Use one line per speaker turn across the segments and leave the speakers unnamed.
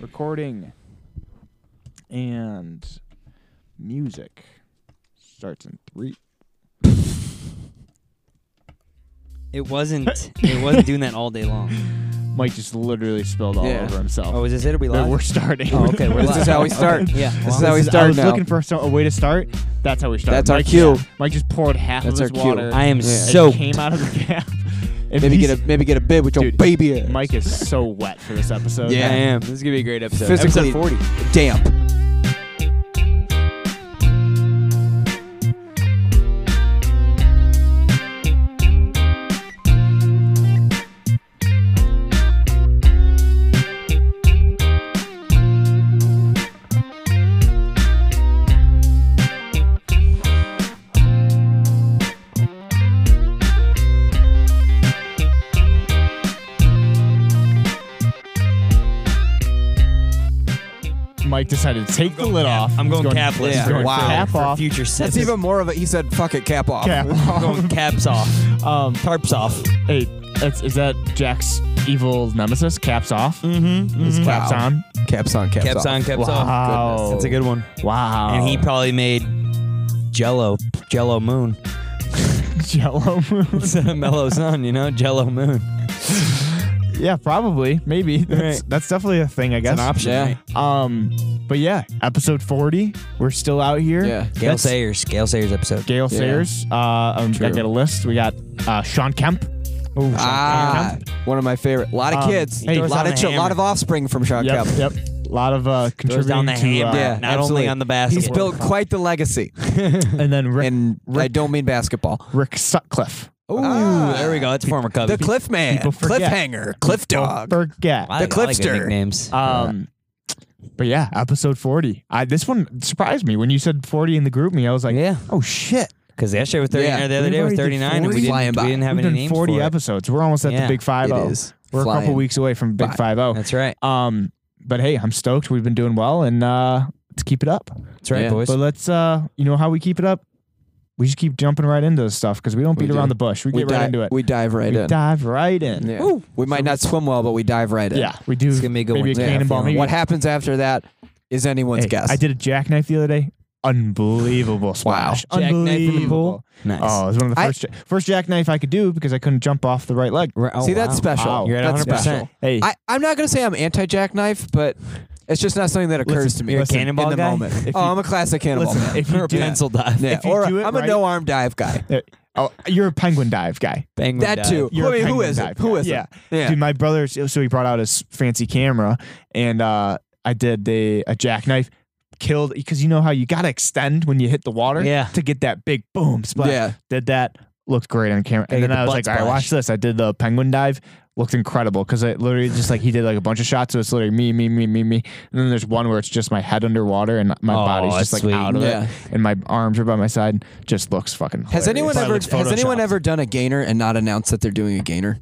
recording. And music starts in three.
It wasn't. it wasn't doing that all day long.
Mike just literally spilled all
Yeah.
over himself.
Oh, is this it? Are we
No,
live?
we're starting.
Oh, okay, we're
This is
live.
how we start.
Okay, Yeah.
This is
well,
how we
This is- I
start
was
now.
looking for so- a way to start. That's how we start.
That's our
Mike-
cue.
Mike just poured half
That's
of his
our cue.
water.
I am
and
Yeah.
so.
came out of the cap. If
Maybe
he's-
get a maybe get a bid with your
Dude,
baby. ass.
Mike is so wet for this episode.
Yeah.
I am. This is gonna be a great episode.
Physically-
episode forty.
damp.
Mike decided to take the lid off.
I'm
He's
going capless
he's
for-
going
wow.
Cap
For
off.
future
That's
sets.
even more of a. He said, "Fuck it, cap off."
Cap Mm-hmm.
I'm going
off.
caps off,
Um,
tarps off.
hey, that's, is that Jack's evil nemesis? Caps off.
Mm-hmm.
His
mhm.
caps
Wow.
on.
Caps on, caps,
Caps
off.
on, caps off.
wow.
goodness.
That's a good one.
Wow.
And he probably made Jello, Jello Moon,
Jello moon.
It's a mellow sun. You know, Jello Moon.
yeah, probably. Maybe. That's,
Right.
that's definitely a thing. I guess.
It's an option.
Yeah.
Right?
Um, but yeah, episode forty. We're still out here.
Yeah.
Gail
That's-
Sayers. Gail Sayers episode.
Gail
Yeah.
Sayers. Uh, um, I
True.
got a list. We got uh, Sean Kemp. Oh, Sean
Ah, one of my favorite. A lot of
Um,
kids.
hey,
a lot
throws
of
down
ch-
the
lot
hammer.
of offspring from Sean
Yep.
Kemp.
Yep. A lot of uh,
Throws
contributing
down the
to,
hammer,
uh,
Yeah,
not only
absolutely.
on the basket.
He's built quite the legacy,
and then Rick,
and I
Rick-
don't mean basketball.
Rick Sutcliffe.
Ooh,
Ooh, there we go. That's former Cubby.
The Cliff Man,
people forget.
Cliffhanger, Cliff Dog.
Forget.
I like- I like your
Clipster.
nicknames.
Um, but yeah, episode forty. I this one surprised me when you said forty in the group me. I was like,
yeah,
Oh shit!
because yesterday was 39.
Yeah.
The other
We've
day was
already did
39, and
40.
we didn't,
Flying by.
we didn't have
we've done
any names
forty
for it.
episodes. We're almost at
Yeah,
the big five
It
zero.
is
We're a couple
flying.
weeks away from big
by.
five zero.
That's right.
Um, but hey, I'm stoked. We've been doing well, and uh, let's keep it up.
That's right,
Yeah.
boys.
But let's, uh, you know, how we keep it up? We just keep jumping right into this stuff because we don't
We
beat around
do.
the bush. We,
We
get right
di-
into it.
We dive right
We
in.
dive right in.
Yeah. We might not swim well, but we dive right in.
Yeah, we do.
It's gonna be a good
maybe
one.
a
Yeah,
cannonball.
feeling
Maybe
What happens after that is anyone's
Hey,
guess.
I did a jackknife the other day. Unbelievable splash.
Jackknife in the
Unbelievable.
pool? Nice.
Oh, it was one of the
I-
first ja- first jackknife I could do because I couldn't jump off the right leg.
Right- oh,
See, that's
wow.
special.
Wow.
You're at
that's
100%.
special.
Hey,
I, I'm not gonna say I'm anti-jackknife, but it's just not something that occurs
Listen,
to me
you're a listen,
cannonball
in the
guy?
moment.
If
oh,
you-
I'm a classic cannonball.
listen,
man.
if you
Or a
do
pencil dive.
yeah,
if you
or
do
a,
it
I'm a
right-
no arm dive guy.
uh, oh, you're a penguin dive guy.
Penguin
That
dive.
too.
You're
I mean,
a
who
penguin
is
dive
it? Who
guy.
is
yeah.
it? Yeah.
Dude, my brother, so he brought out his fancy camera and uh, I did a, a jackknife. Killed because you know how you got to extend when you hit the water
Yeah.
to get that big boom splash.
Yeah.
Did that, looked great on camera.
Gotta
And then
get
I
the
was
butt
like, all right, watch
splash.
this. I did the penguin dive, looked incredible because it literally just like he did like a bunch of shots. So it's literally me, me, me, me, me. And then there's one where it's just my head underwater and my
Oh,
body's
that's
just like
sweet.
out of
Yeah.
it. And my arms are by my side. Just looks fucking
Has
hilarious.
anyone
Probably
ever
looks
has anyone
photoshopped.
ever done a gainer and not announced that they're doing a gainer?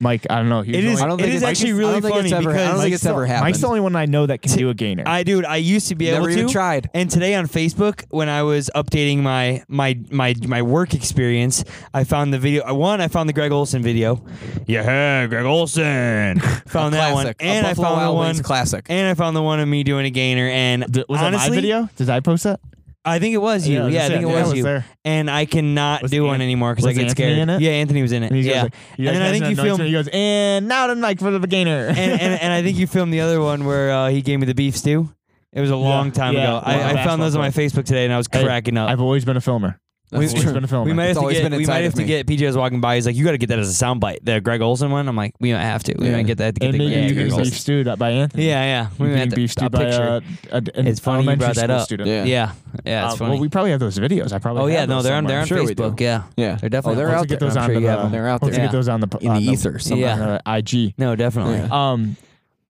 Mike, I don't know. He was
It
only-
is.
I don't
it
think
is
it's-
actually
I
really
don't think
funny
it's ever- I
because
don't think it's
Mike's
ever
the-
happened.
Mike's the only one I know that can do a gainer.
I dude, I used to be
Never
able
even
to.
tried.
And today on Facebook, when I was updating my my my my work experience, I found the video. uh, One, I found the Greg Olson video. Yeah, Greg Olson. Found that one,
classic. A
and I
Buffalo
found the
Wild
one.
Wings classic.
And I found the one of me doing a gainer, and
D- was
honestly,
it my video? Did I post that?
I think it was you.
Yeah,
Yeah,
that's
I think
it.
it
Yeah, I
was,
was
you.
there.
And I cannot
Was
do
An-
one anymore because I
was
get
Anthony
scared.
in it?
Yeah, Anthony was in it.
And he's
yeah,
like,
and
you guys
then I think
guys
you
don't know each
filmed.
other. He goes, and now the Mike for the beginner.
and, and, and I think you filmed the other one where uh, he gave me the beef stew. It was a long time
yeah,
ago.
yeah, the
I, I
basketball
found those on my Facebook today, and I was
Hey,
cracking up.
Uh, I've always been a filmer.
That's
I've always
true.
been a filmer.
we might have
It's
to
always
get.
been
We
inside
might have
of
to
me.
get. PJ was walking by. He's like, "You got to get that as a soundbite." The Greg Olson one. I'm like, "We don't have to. We
Yeah.
might get that to get
and
the
maybe
yeah,
you
Greg
can
Olson."
beef stewed up by Anthony.
Yeah, yeah. We
You
might
can
have to
beef
a
stewed by
picture.
uh, a, an
It's funny you
elementary
brought that
school
up.
Student.
Yeah.
yeah, yeah. It's
Uh,
funny.
Well, we probably have those videos. I probably.
oh yeah,
have
no,
those
they're on.
somewhere.
They're on
I'm sure we do.
Facebook. Yeah,
Yeah.
they're
Oh,
definitely.
they're
on
out
Let's get
there.
those
I'm
on
sure
to
you
the.
have them. They're out
let's
there.
get those on the
in
on
the ether. somewhere.
Yeah.
on the IG.
No, definitely.
Yeah.
Um,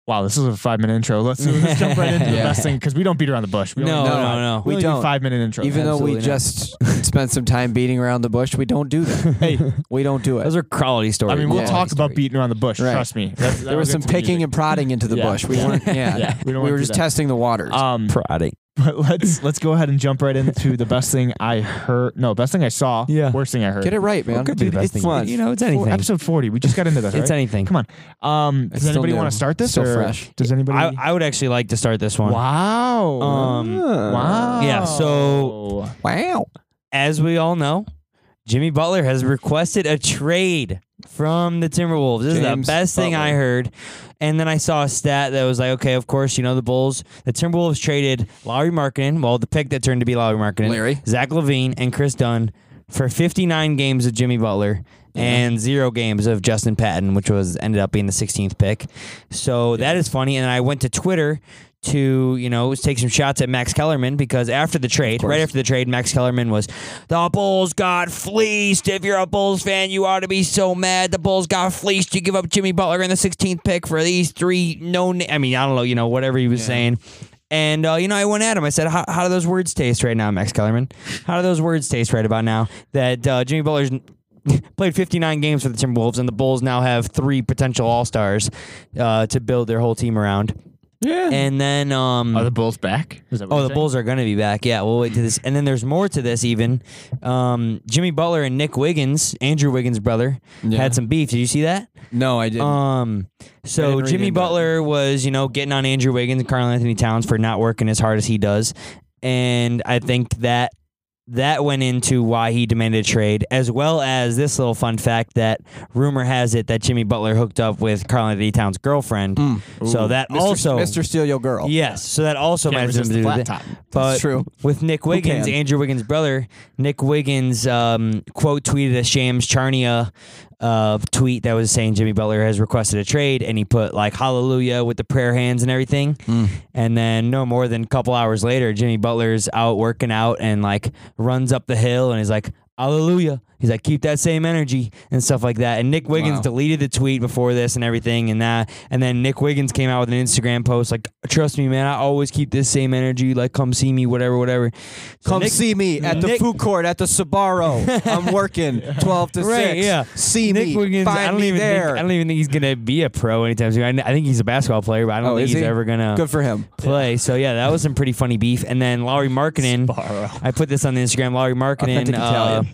wow, this is a five minute intro. Let's, let's jump right into the
Yeah.
best thing because we don't beat around the bush. We
No,
only do
No,
no, no.
we,
we
only do
don't.
five minute intro.
Even though we
Absolutely not.
just spent some time beating around the bush, we don't do that.
hey,
We don't do it.
Those are quality stories.
I mean, we'll
Yeah.
talk about
beef.
beating around the bush.
Right.
Trust me. That's- that
There was
will
some
get to
picking
music.
and prodding into the
Yeah.
bush. We
Yeah.
weren't. Yeah.
Yeah, we
We
don't wanna
were
do
just
that.
testing the waters.
Um,
prodding.
But let's let's go ahead and jump right into the best thing I heard. No, best thing I saw.
Yeah.
Worst thing I heard.
Get it right, man.
could be the best
it's
thing.
fun.
You know, it's
Four-
anything.
episode forty. We just got into this.
It's
right?
anything.
Come on. Um, does
It's still
anybody want
new.
to start this?
Still
or
fresh.
Does anybody?
I, I would actually like to start this one.
wow.
Um,
wow.
yeah, so-
wow.
As we all know, Jimmy Butler has requested a trade from the Timberwolves. This is the
James
best thing I
Butler.
heard. And then I saw a stat that was like, okay, of course, you know the Bulls. The Timberwolves traded Lowry Markkinen, well, the pick that turned to be Lowry Markkinen,
Larry.
Zach Levine, and Chris Dunn for 59 games of Jimmy Butler and zero games of Justin Patton, which was ended up being the 16th pick. So that is funny. And I went to Twitter to you know take some shots at Max Kellerman because after the trade, right after the trade, Max Kellerman was the Bulls got fleeced. If you're a Bulls fan, you ought to be so mad. The Bulls got fleeced. You give up Jimmy Butler in the 16th pick for these three no. I mean, I don't know. You know, whatever he was saying. And uh, you know, I went at him. I said, "How how do those words taste right now, Max Kellerman? How do those words taste right about now that uh, Jimmy Butler's played 59 games for the Timberwolves and the Bulls now have three potential All Stars uh, to build their whole team around?
Yeah.
And then, um,
Are the Bulls back? Is that what
oh,
you're
the
saying?
Bulls are going to be back. Yeah, we'll wait to this. And then there's more to this. Even um, Jimmy Butler and Nick Wiggins, Andrew Wiggins' brother,
Yeah.
had some beef. Did you see that?
No, I didn't.
Um, so
didn't read
Jimmy
into it.
Butler was, you know, getting on Andrew Wiggins and Carl Anthony Towns for not working as hard as he does, and I think that that went into why he demanded a trade, as well as this little fun fact that rumor has it that Jimmy Butler hooked up with Carl Anthony Towns' girlfriend.
Hmm.
So that
Mr.
also,
Mr. Steal Your Girl.
yes, so that also
Can't
might have
resist
something to
the
do with
flat
it.
top.
But
That's true.
With Nick Wiggins,
can?
Andrew Wiggins' brother, Nick Wiggins um, quote tweeted a Shams Charnia uh, tweet that was saying Jimmy Butler has requested a trade, and he put like hallelujah with the prayer hands and everything. And then no more than a couple hours later, Jimmy Butler's out working out and like runs up the hill and is like. Hallelujah. He's like, keep that same energy and stuff like that. And Nick Wiggins
Wow.
deleted the tweet before this and everything and that. And then Nick Wiggins came out with an Instagram post like, "Trust me, man, I always keep this same energy. Like, come see me, whatever, whatever." So
Come
Nick-
see me at the
Nick-
food court at the Sabaro. I'm working 12 to 6.
Right, yeah.
See
Nick
me.
Wiggins.
Find
I don't
me
even
there.
think I don't even think he's gonna be a pro anytime soon. I, kn- I think he's a basketball player, but I don't
Oh,
think
is
he's
he?
ever gonna
Good for him.
play. So yeah, that was some pretty funny beef. And then Lowry Markkinen,
Borrow.
I put this on the Instagram. Lowry Markkinen
Authentic
uh,
Italian.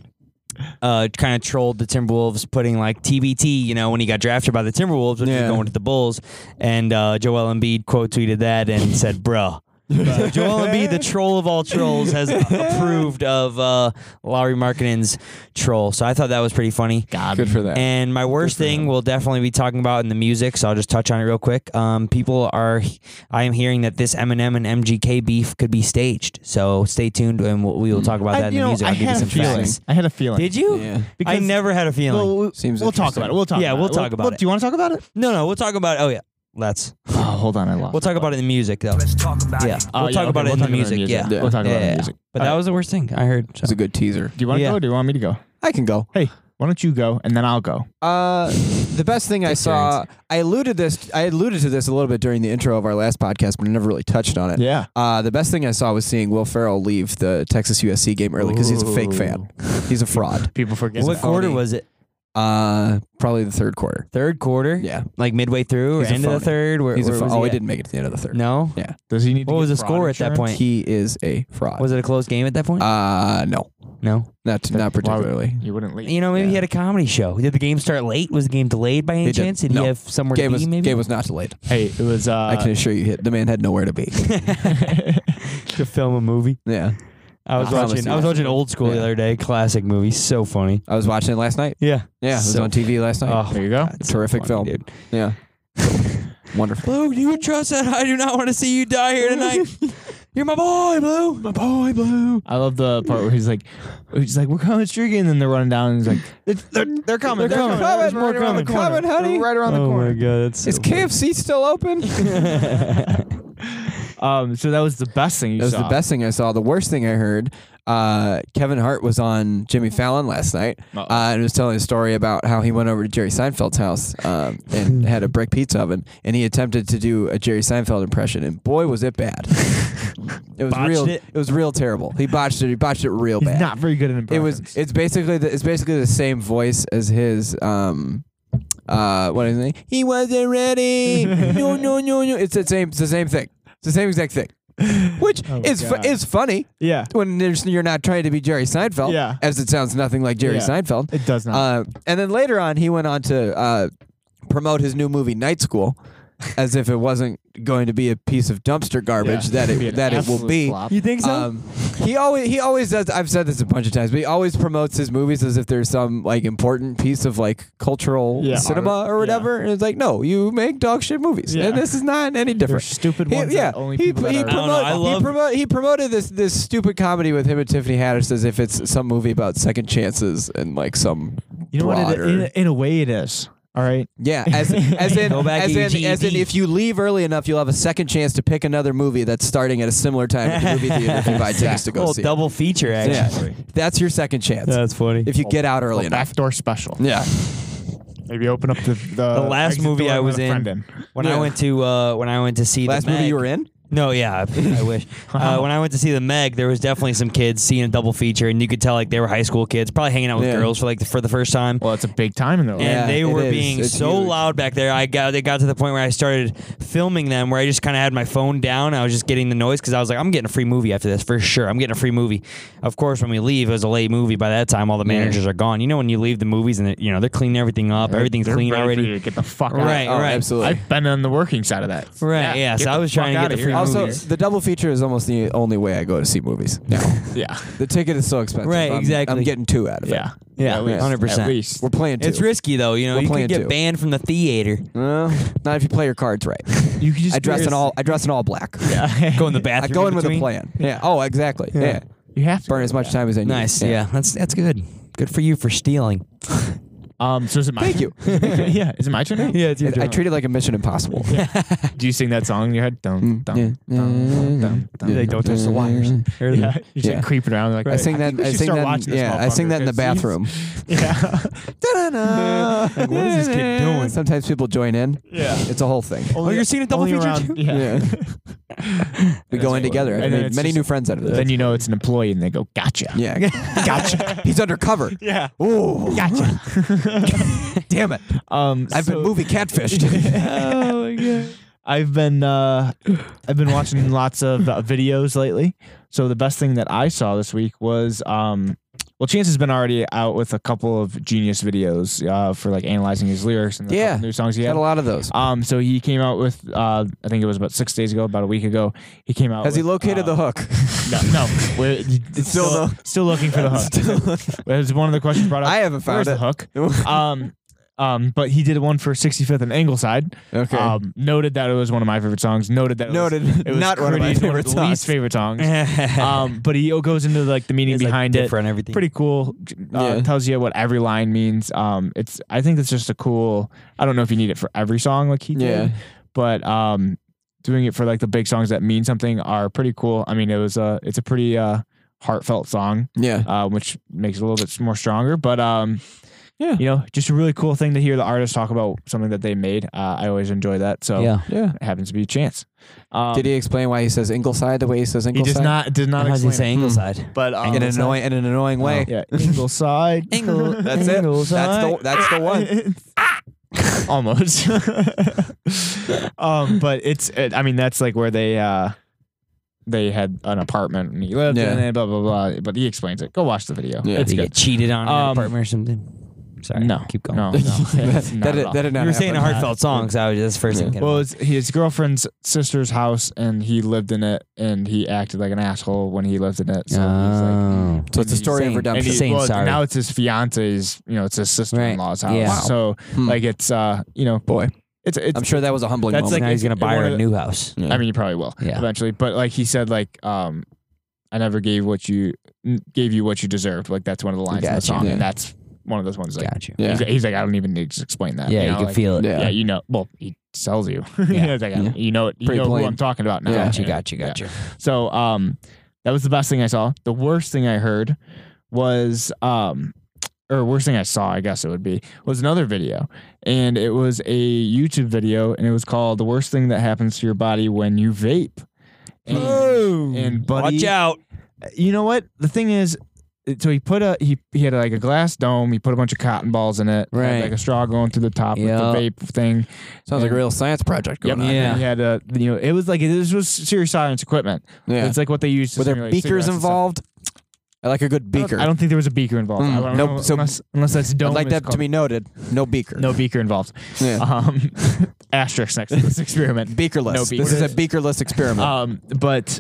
uh, kind of trolled the Timberwolves, putting like TBT, you know, when he got drafted by the Timberwolves, which
Yeah.
was going to the Bulls. And uh, Joel Embiid quote tweeted that and said, "Bruh." So Joel Embiid, the troll of all trolls, has approved of uh, Lowry Markkinen's troll. So I thought that was pretty funny.
God.
Good for that.
And my worst thing we'll definitely be talking about in the music, so I'll just touch on it real quick. Um, people are, I am hearing that this Eminem and MGK beef could be staged. So stay tuned, and we'll, we will talk about that
I,
in
you
the
know,
music.
I
I'll give you
had a
some
feeling.
facts.
I had a feeling.
Did you?
Yeah.
I
Because-
never had a feeling.
Well, we-
Seems
we'll talk
interesting.
about it. We'll talk.
Yeah,
about
we'll
it.
talk about
we'll-
it.
Do you want to talk about it?
no, no, we'll talk about. Oh yeah, let's.
Oh, hold on, I lost.
We'll talk about it in the music though.
Let's talk about
Uh, Yeah,
it.
we'll
Oh, yeah,
talk
okay,
about
we'll
it in the
talk about
music. Yeah.
We'll talk about it in
Yeah,
the
yeah,
music.
But that was the worst thing I heard. so.
It's a good teaser.
Do you want to
Yeah.
go or do you want me to go?
I can go.
Hey, why don't you go and then I'll go?
Uh, the best thing I saw, I alluded this, I alluded to this a little bit during the intro of our last podcast, but I never really touched on it.
Yeah.
Uh, the best thing I saw was seeing Will Ferrell leave the Texas USC game early because he's a fake fan. He's a fraud.
People forget.
What
a
quarter
phony.
was it?
Uh, probably the third quarter.
Third quarter.
Yeah.
Like midway through or
He's a
end of the
phony.
third. Where,
He's a
where
fraud.
was
Oh, he
at?
didn't make it to the end of the third.
No.
Yeah.
Does he need? to
What
get
was the
fraud
score at that
insurance?
point?
He is a fraud.
Was it a close game at that point?
Uh, no,
no.
not not
Why would-
particularly.
You wouldn't leave.
You know, maybe he
Yeah.
had a comedy show. Did the game start late? Was the game delayed by any
It did.
chance? Did
No.
he have somewhere
Game
to
was
be? Maybe
game was not delayed.
Hey, it was. Uh,
I can assure you, hit the man had nowhere to be.
to film a movie.
yeah,
I was
I promise
watching.
you.
I was watching old school the
Yeah.
other day. Classic movie. So funny.
I was watching it last night.
Yeah.
Yeah, it was
So-
on TV last night.
Oh,
there you go.
God,
Terrific film.
dude.
Yeah, wonderful.
Blue, you would trust that? I do not want to see you die here tonight. You're my boy, Blue. My boy, Blue.
I love the part where he's like, he's like, we're coming streaking, and then they're running down, and he's like, they're, they're, they're coming,
They're coming. There's more
right around the
coming.
corner.
Coming, honey.
They're right around the
oh
corner.
my god, that's so
Is KFC still open?
Um, so that was the best thing you
That was
saw.
the best thing I saw. The worst thing I heard. Uh, Kevin Hart was on Jimmy Fallon last night
Uh-oh.
uh, and was telling a story about how he went over to Jerry Seinfeld's house um, and had a brick pizza oven and he attempted to do a Jerry Seinfeld impression and boy was it bad. it was
Botched
real.
it?
was real terrible. He botched it. He botched it real
He's
bad.
not very good at
it
impressions.
was. It's basically. The, it's basically the same voice as his. Um, uh, what is it? He wasn't ready. no, no, no, no. It's the same. It's the same thing. It's the same exact thing. which
Oh,
is fu-
God.
is funny
yeah.
when there's, you're not trying to be Jerry Seinfeld,
Yeah.
as it sounds nothing like Jerry
Yeah.
Seinfeld.
It does not.
Uh, and then later on, he went on to uh, promote his new movie Night School, as if it wasn't going to be a piece of dumpster garbage
Yeah.
that
Be
it
an
that it will
absolute
be.
flop. Uh,
You think so?
Um, he always he always does. I've said this a bunch of times, but he always promotes his movies as if there's some like important piece of like cultural
Yeah.
cinema or
Yeah.
whatever. And it's like, no, you make dog shit movies,
Yeah.
and this is not any
They're
different.
stupid
He-
ones.
yeah,
that only
he,
people that
he,
are-
I don't know, I
promote-
love-
he, promote, he promoted this this stupid comedy with him and Tiffany Haddish as if it's some movie about second chances and like some
You know what? It,
broader,
in, in a way, it is. All right.
yeah, as as in
Go back
as
to your
E
in, as in
GED.
if you leave early enough, you'll have a second chance to pick another movie that's starting at a similar time at the movie theater if you buy tickets to go
Little
see. it.
double feature action.
Yeah, that's your second chance
That's funny.
if you get out early
A
enough.
backdoor special.
Yeah,
Maybe open up the the,
the last
exit
movie
door
I
and let
was
a friend
in, when I
Yeah.
went to uh, when I went to see
last
the
movie
Meg-
you were in.
No, yeah, I I wish. Uh, when I went to see the Meg, there was definitely some kids seeing a double feature, and you could tell like they were high school kids, probably hanging out with
Yeah.
girls for like the, for the first time.
Well, it's a big time in their life.
and
Yeah,
they
it
were
is.
being
It's
so
huge.
loud back there. I got they got to the point where I started filming them, where I just kind of had my phone down. I was just getting the noise because I was like, I'm getting a free movie after this for sure. I'm getting a free movie. Of course, when we leave, it was a late movie. By that time, all the managers are gone. You know, when you leave the movies and it, you know they're cleaning everything up, everything's
They're
clean
ready for
already.
you to get the fuck out.
Right,
oh,
right.
absolutely.
I've been on the working side of that.
Right, yeah, so
get
I
the
was trying
fuck
to get
outta
the free
here.
also,
movies.
the double feature is almost the only way I go to see movies now.
yeah,
the ticket is so expensive.
Right,
I'm-
exactly.
I'm getting two out of
yeah,
it.
yeah.
at least.
Hundred
100%.
At least.
We're playing two.
It's risky though, you know.
We're
You could
playing
get
two.
banned from the theater.
Well, not if you play your cards right.
You could just
I dress
be-
in all. I dress in all black.
Yeah.
Go in the
I
bathroom.
go in with a
between.
plan. Yeah. Oh, exactly. Yeah.
You have to
Burn
go
as
with
much
that.
time as I need.
Nice. Yeah. that's that's good. Good for you for stealing.
Um. So is it my?
Thank
turn? yeah. Is it my turn now?
it's
I, I treat it like a Mission Impossible.
Do you sing that song in your head? Dum
Mm,
dum
yeah.
dum dum dum.
Like, don't touch the wires.
Yeah. You just
Yeah.
creep it around. Like
I sing that.
think we
I
should
sing
start
that.
watching this
yeah, I sing that in the
motherfucker, 'cause he's-
bathroom.
Yeah.
Da-da-da.
Like, what is this kid doing?
Sometimes people join in.
Yeah.
It's Oh, a whole thing.
Only-
you're seeing a double
only
feature
around-
too?
Yeah.
we go in
That's cool.
together.
And
I
then
made
it's
many
just-
new friends out of this.
Then you know it's an employee, and they go, "Gotcha."
yeah, gotcha. He's undercover.
Yeah.
Ooh,
Gotcha.
damn it!
Um.
I've
so-
been movie catfished.
oh my god. I've been uh, I've been watching lots of uh, videos lately. So the best thing that I saw this week was um, well, Chance has been already out with a couple of genius videos uh, for like analyzing his lyrics and the
Yeah.
couple new songs he
Had
had.
a lot of those.
Um, so he came out with uh, I think it was about six days ago, about a week ago. He came out.
Has he
with,
located
uh,
the hook?
No, no. We're, it's
Still
still still,
no.
looking for the hook. It was one of the questions brought up.
I haven't
Where's
found
the
it.
hook? Um, um, but he did one for 65th and Ingleside.
okay.
Um, noted that it was one of my favorite songs. Noted that it
Noted.
Was, it was
Not one of my
Crudy's
favorite
the
songs.
least favorite songs. um, but he goes into like the meaning
It's, like,
behind it.
different everything.
Pretty cool. Uh,
Yeah.
Tells you what every line means. Um, it's I think it's just a cool. I don't know if you need it for every song like he
Yeah.
did, but um, doing it for like the big songs that mean something are pretty cool. I mean, it was a it's a pretty uh heartfelt song,
yeah.
uh, which makes it a little bit more stronger. But um,
Yeah.
you know, just a really cool thing to hear the artist talk about something that they made. Uh, I always enjoy that. So
Yeah.
Yeah.
it happens to be a chance. Um,
Did he explain why he says Ingleside the way he says
He
Ingleside?
does not did not
How does he
explain.
say
it.
Ingleside?
But um,
in an annoying in an annoying way.
Yeah, Ingleside.
Ingle-
That's it. That's the that's the one. Ah!
Almost. um, but it's. It, I mean, that's like where they. Uh, they had an apartment and he lived
Yeah.
in it, blah blah blah. But he explains it. Go watch the video.
Yeah.
It's
Did you
good.
get cheated on in an
Um,
apartment or something? Sorry.
No,
Keep going.
No, no,
that,
it's not
that,
at
did-
all.
that did not
You were saying a
happen.
heartfelt song, so I was just the first
Yeah.
thing. that came
Well,
up.
it's his girlfriend's sister's house, and he lived in it, and he acted like an asshole when he lived in it. So he's like,
Oh.
So it's a story
Insane.
of
and
redemption.
he,
Saying
well,
sorry.
now it's his fiance's, you know, it's his sister-in-law's
Right.
house.
Yeah.
So
Hmm.
like it's uh, you know,
Boy,
it's it's
I'm sure that was a humbling
That's
moment.
now
like
he's gonna
it-
buy her
one of
a new house.
Yeah.
I mean, you probably will
Yeah.
eventually. But like he said, like um, I never gave what you n- gave you what you deserved. Like that's one of the lines in the
Gotcha.
song,
Yeah.
and that's one of those ones. Like
Got you.
yeah.
he's, he's like, I don't even need to explain that.
Yeah, you
know,
can
like,
feel it.
Yeah.
Yeah.
you know. Well, he sells you. Yeah, like, I-
Yeah.
you know it. You
Pretty
know
plain.
who I'm talking about now.
Yeah.
Got you.
Yeah.
Got you.
Yeah.
Got you.
So um, that was the best thing I saw. The worst thing I heard was um, or worst thing I saw, I guess it would be, was another video, and it was a YouTube video, and it was called "The Worst Thing That Happens to Your Body When You Vape." And, and buddy,
Watch out.
you know what? The thing is, so he put a he he had like a glass dome. He put a bunch of cotton balls in it, had,
Right.
Like a straw going through the top
Yep.
with the vape thing.
Sounds like a real science project going
Yep.
on.
And
Yeah.
He had a you know it was like this was serious science equipment.
Yeah.
It's like what they used. to
Were there
simulate
beakers
cigarettes and stuff.
involved? I like a good
I don't-
beaker.
I don't think there was a beaker involved.
Mm,
I don't
nope,
know,
so-
unless unless that's dome.
I'd like
is
that to
called.
be noted. No beaker.
no beaker involved.
Yeah.
Um, asterisk next to this experiment.
beakerless.
No
This is
beaker.
a beakerless experiment.
um, but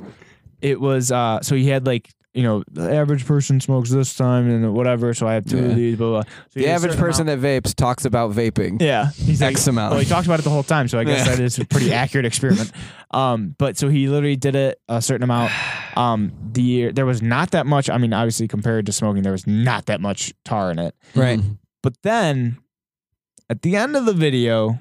it was uh, so he had like you know the average person smokes this time and whatever. So I have two
Yeah.
of these. Blah blah. blah. So he
the
had a
average
certain
person
amount-
that vapes talks about vaping.
yeah, he's
X amount.
Well, he talked about it the whole time, so I guess
Yeah.
that is a pretty accurate experiment. Um, but so he literally did it a certain amount. Um, the there was not that much. I mean, obviously compared to smoking, there was not that much tar in it.
Right.
Mm-hmm.
But then at the end of the video,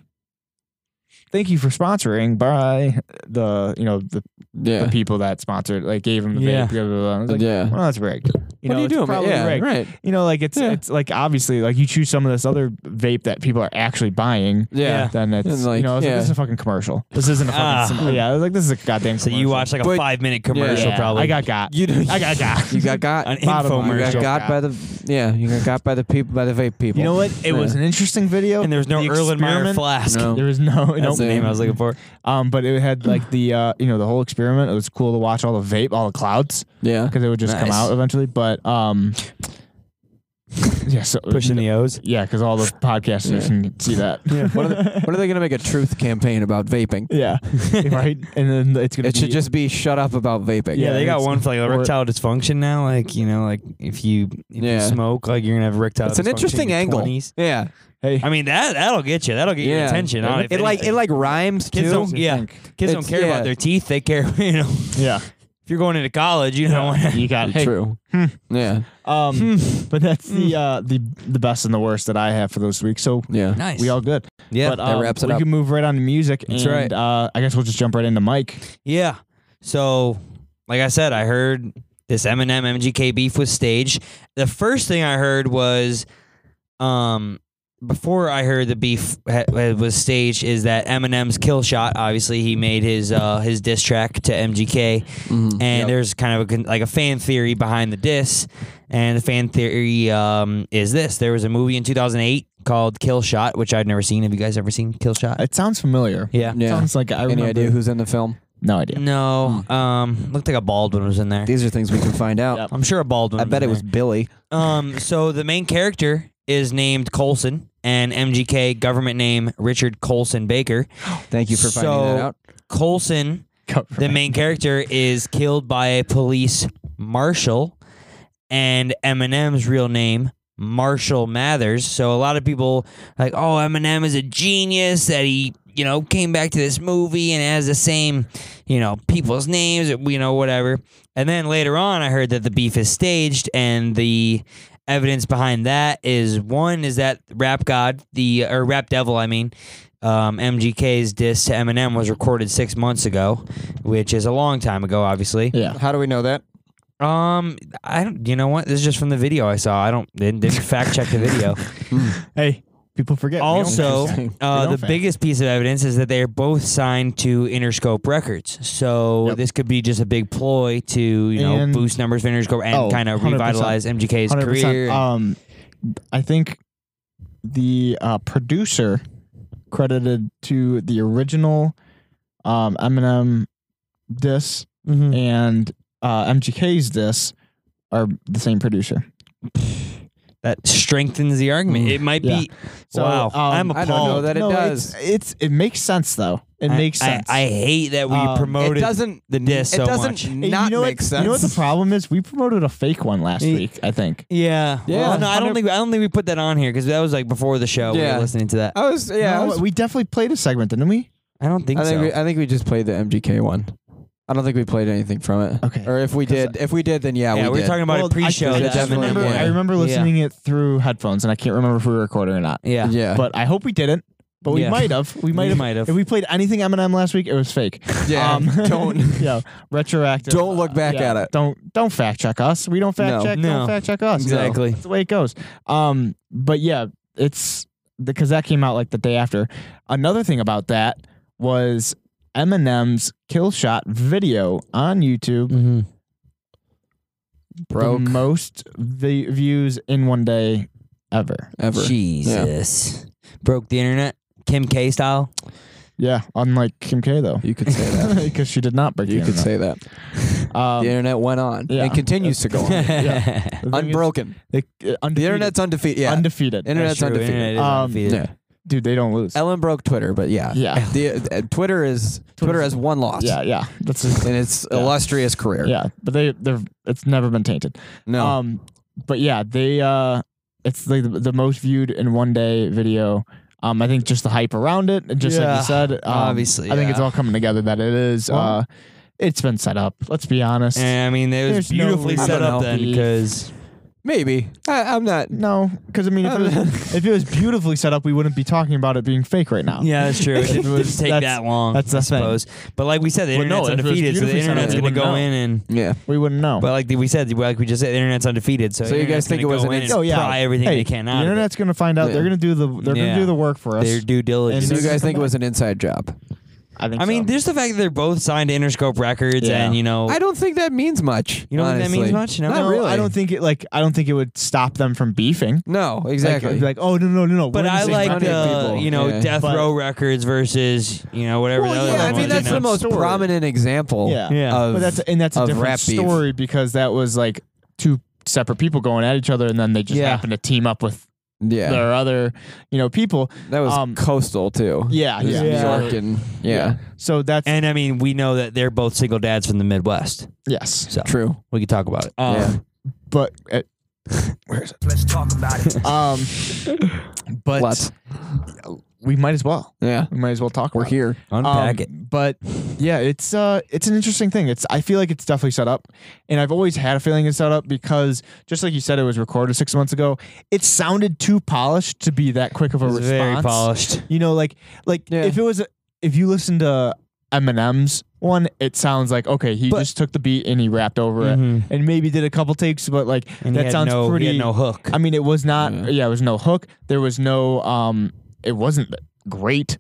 thank you for sponsoring by the you know the, the
Yeah.
people that sponsored like gave him the
Yeah.
vape. Blah, blah, blah. I was like,
yeah.
well, that's rigged. You
what
know,
are you
it's
doing? man?
probably
Yeah.
rigged.
Right.
You know, like it's
Yeah.
it's like obviously like you choose some of this other vape that people are actually buying.
Yeah.
Then it's
And, like,
you know I was like,
yeah.
this is a fucking commercial. This isn't a
Ah.
fucking sim- yeah. I was like this is a goddamn.
So you
commercial.
watch like a
But-
five minute commercial,
Yeah,
probably.
I got got.
You do-
I got got.
You got got.
an
bottom line,
You
Mark
got
infomercial.
Joe
got
Pat.
by the yeah. You got got by the people by the vape people.
You know what? It was an interesting video.
And there was no
The
Erlenmeyer
experiment-
flask.
No.
There was no.
That's
nope.
the name I was looking for.
Um, but it had like the uh, you know the whole experiment. It was cool to watch all the vape, all the clouds,
Yeah.
because it would just come
Nice.
out eventually. But um, yeah, so
Pushing the O's.
yeah, because all the podcasters
Yeah.
can see that. Yeah,
When are, they, when are they gonna make a truth campaign about vaping?
right. And then it's gonna.
It should
be-
just be shut up about vaping.
Yeah,
Yeah,
they got
it's-
one for like
or-
erectile dysfunction now. Like you know, like if you if you
Yeah.
smoke, like you're gonna have erectile.
It's an
dysfunction in
interesting
your
angle.
20s.
Yeah.
Hey,
I mean that that'll get you. That'll get your
Yeah.
attention. On
It like it like rhymes
kids
too.
don't yeah kids don't
It's-
care
yeah.
about their teeth. They care you know
yeah,
if you're going into college you don't want
you got it. Hey,
True. Hmm. Yeah.
Um, but that's the uh the the best and the worst that I have for those weeks. So
Yeah.
nice
we all good.
yeah
but, um,
wraps it
we
up.
can move right on to music.
That's
and,
right.
Uh, I guess we'll just jump right into Mike.
yeah so like I said I heard this Eminem MGK beef was staged. The first thing I heard was um before I heard the beef ha- ha- was staged is that Eminem's kill shot. Obviously he made his uh his diss track to MGK.
Mhm.
and there's kind of a, con- like a fan theory behind the diss and the fan theory um, is this there was a movie in 2008 called kill shot which i'd never seen have you guys ever seen kill shot
It sounds familiar.
yeah,
Yeah.
Sounds like I
Any
remember.
idea Hmm. who's in the film?
no idea.
no um looked like a baldwin was in there
These are things we can find out.
Yep.
i'm sure a baldwin
I bet it
in
was Billy.
there. um so the main character is named colson and mgk government name richard colson baker
Thank you for finding
So-
that out.
colson the main character is killed by a police marshal and Eminem's real name Marshall Mathers. So a lot of people like, "Oh, Eminem is a genius that he, you know, came back to this movie and has the same, you know, people's names, you know, whatever." And then later on, I heard that the beef is staged and the evidence behind that is one is that Rap God, the or Rap Devil, I mean, um, MGK's diss to Eminem was recorded six months ago, which is a long time ago, obviously.
Yeah.
How do we know that?
Um, I don't. You know what? This is just from the video I saw. I don't didn't, didn't fact check the video.
Hey, people forget. we don't
also,
fact check. We
uh,
don't
the
fact
biggest piece of evidence is that they are both signed to Interscope Records. So
Yep.
this could be just a big ploy to you know
And-
boost numbers for Interscope and
Oh,
kind of
100%.
revitalize MGK's
100%.
career.
Um, I think the uh, producer credited to the original um, Eminem diss mm-hmm.
Mhm.
and uh, MGK's diss are the same producer.
That strengthens the argument.
Mm.
It might
Mm-hmm. Yeah.
be. wow,
um,
I'm
I
appalled.
don't know that it
No,
does.
It's, it's it makes sense though. It
I-
makes
I-
sense.
I, hate that we
Um,
promoted.
it doesn't.
the diss
It
so
doesn't
much.
And
not
you know
make
what,
sense.
You know what the problem is? We promoted a fake one last
Y-
week. I think.
Yeah,
Yeah.
Well, no, I don't
100
think I don't think we put that on here because that was like before the show. We
Yeah.
were listening to that.
I was. Yeah. I,
No,
was-
we definitely played a segment, didn't we?
I don't think
I think.
so.
we, I think we just played the MGK one. I don't think we played anything from it.
Okay.
Or if we
Because-
did, if we did, then yeah,
yeah,
we,
we
did.
were talking about
Well,
a pre-show.
I
I,
that
just
that's
Eminem
remember,
what
did.
yeah.
I remember
Yeah.
listening it through headphones, and I can't remember if we were recording or not.
Yeah.
Yeah.
But I hope we didn't. But we
Yeah.
might have. We might
We
have.
might have.
If we played anything Eminem last week, it was fake.
yeah.
um,
don't.
yeah. Retroactive.
Don't look back
yeah,
at it.
Don't don't fact check us. We don't fact
No.
check.
No.
Don't fact check us.
Exactly.
That's the way it goes. Um, but yeah, it's because that came out like the day after. Another thing about that was
Mm-hmm.
Eminem's kill shot video on YouTube the
broke
most v- views in one day ever.
ever.
Jesus. Broke the internet, Kim K style.
Yeah, unlike Kim K though,
You could say that.
because she did not break.
you
the
could
internet.
say that.
Um,
the internet went on.
yeah.
It continues to go on.
Yeah. the thing is,
Unbroken.
they- uh,
The
undefeated.
internet's undefeated. Yeah.
undefeated.
Internet-
That's
Internet's
true,
undefeated.
Internet is
Um,
undefeated.
yeah.
Dude, they don't lose.
Ellen broke Twitter, but yeah.
yeah,
The, uh, Twitter is Twitter has one loss
yeah, yeah. That's
in its
Yeah.
illustrious career.
yeah, but they they're it's never been tainted.
No.
Um, but yeah, they uh, it's the the most viewed in one day video. Um, I think just the hype around it, and just like
Yeah,
you said, um,
obviously,
I think it's
yeah.
all coming together that it is.
Well-
uh, it's been set up. Let's be honest.
And I mean, it was
There's no
beautifully
reason-
set
I don't
up
know.
then because
Maybe. I, I'm not.
no, because I mean, if it, was, if it was beautifully set up, we wouldn't be talking about it being fake right now.
yeah, that's true. It
It
didn't
was-
take
that's-
that long.
that's the
I
thing.
suppose. But like we said, the
Well, no,
internet's
if it was
undefeated, so the
beautifully set up,
internet's
we
going to go
wouldn't
in and.
Yeah.
we wouldn't know.
But like we said, like we just said, the internet's undefeated. So,
So you
internet's
guys think it
gonna
was
go
an
in and
ins-
oh yeah,
pry everything
hey,
they can
The
out. of it.
internet's gonna find out. They're
Yeah.
gonna do the they're
Yeah.
gonna do the work for us.
Their due diligence.
So you
This
guys
is-
think it was an inside job?
I think.
I mean,
so.
there's the fact that they're both signed to Interscope Records,
Yeah.
and you know,
I don't think that means much.
You don't think that
honestly.
means much? No?
Not
no,
really.
I don't think it like I don't think it would stop them from beefing.
No, exactly.
Like, like, oh no no no no.
But
we're in
I
same
like
company.
plenty of
the
people.
you know
Yeah.
Death
But-
Row Records versus you know whatever
Well,
the other
yeah,
one
I mean
was,
that's
you know.
the most
Story.
prominent example.
Yeah.
Yeah.
Of,
but that's and that's a
of
different
rap beef.
story because that was like two separate people going at each other and then they just
Yeah.
happened to team up with
yeah.
their other you know people
That was
Um,
coastal too.
yeah
It was
yeah,
New
Yeah.
York and yeah,
so that's
And I mean we know that they're both single dads from the Midwest,
yes
so
true.
we could talk about it.
um,
Yeah.
but uh, where is it
Let's talk about it.
um but
Lots.
we might as well
Yeah,
we might as well talk
we're
about it.
here.
Um,
Unpack it.
But yeah, it's uh it's an interesting thing. It's I feel like it's definitely set up. And I've always had a feeling it's set up because just like you said it was recorded six months ago, it sounded too polished to be that quick of a
It's
response.
very polished.
You know, like like
Yeah.
if it was if you listen to Eminem's one, it sounds like okay, he
But-
just took the beat and he rapped over
Mhm.
it and maybe did a couple takes, but like
And he
that
had
sounds
no, he
pretty
had no hook.
I mean, it was not.
Yeah.
Yeah. there was no hook. There was no. Um, it wasn't great.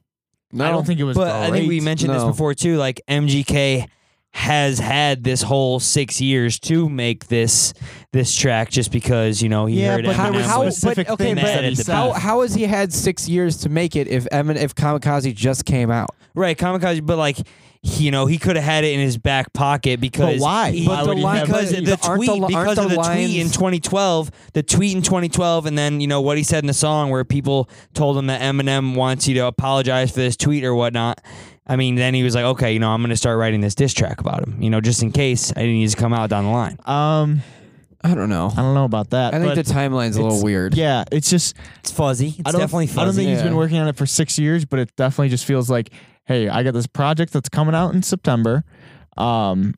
No,
I don't think it was.
but I think we
great.
mentioned this
No.
before too. Like MGK has had this whole six years to make this this track just because you know he
Yeah,
heard
but
How,
Eminem
there was
how,
and-
specific
but, okay,
things
that he
but
said.
how, how has he had six years to make it if Emin, if Kamikaze just came out?
Right, kamikaze, but like he- you know, he could have had it in his back pocket because
why?
He,
Why But the would he line- have-
because
but
of the
aren't
tweet
the li- aren't
because of
the
the
lines-
tweet in 2012, the tweet in 2012, and then you know what he said in the song where people told him that Eminem wants you to apologize for this tweet or whatnot. I mean, then he was like, okay, you know, I'm going to start writing this diss track about him, you know, just in case I need to come out down the line.
Um,
I don't know.
I don't know about that.
I think
but
the timeline's a little weird.
yeah, it's just
It's fuzzy. It's
I don't.
definitely fuzzy.
I don't think he's
Yeah.
been working on it for six years, but it definitely just feels like, hey, I got this project that's coming out in September. Um,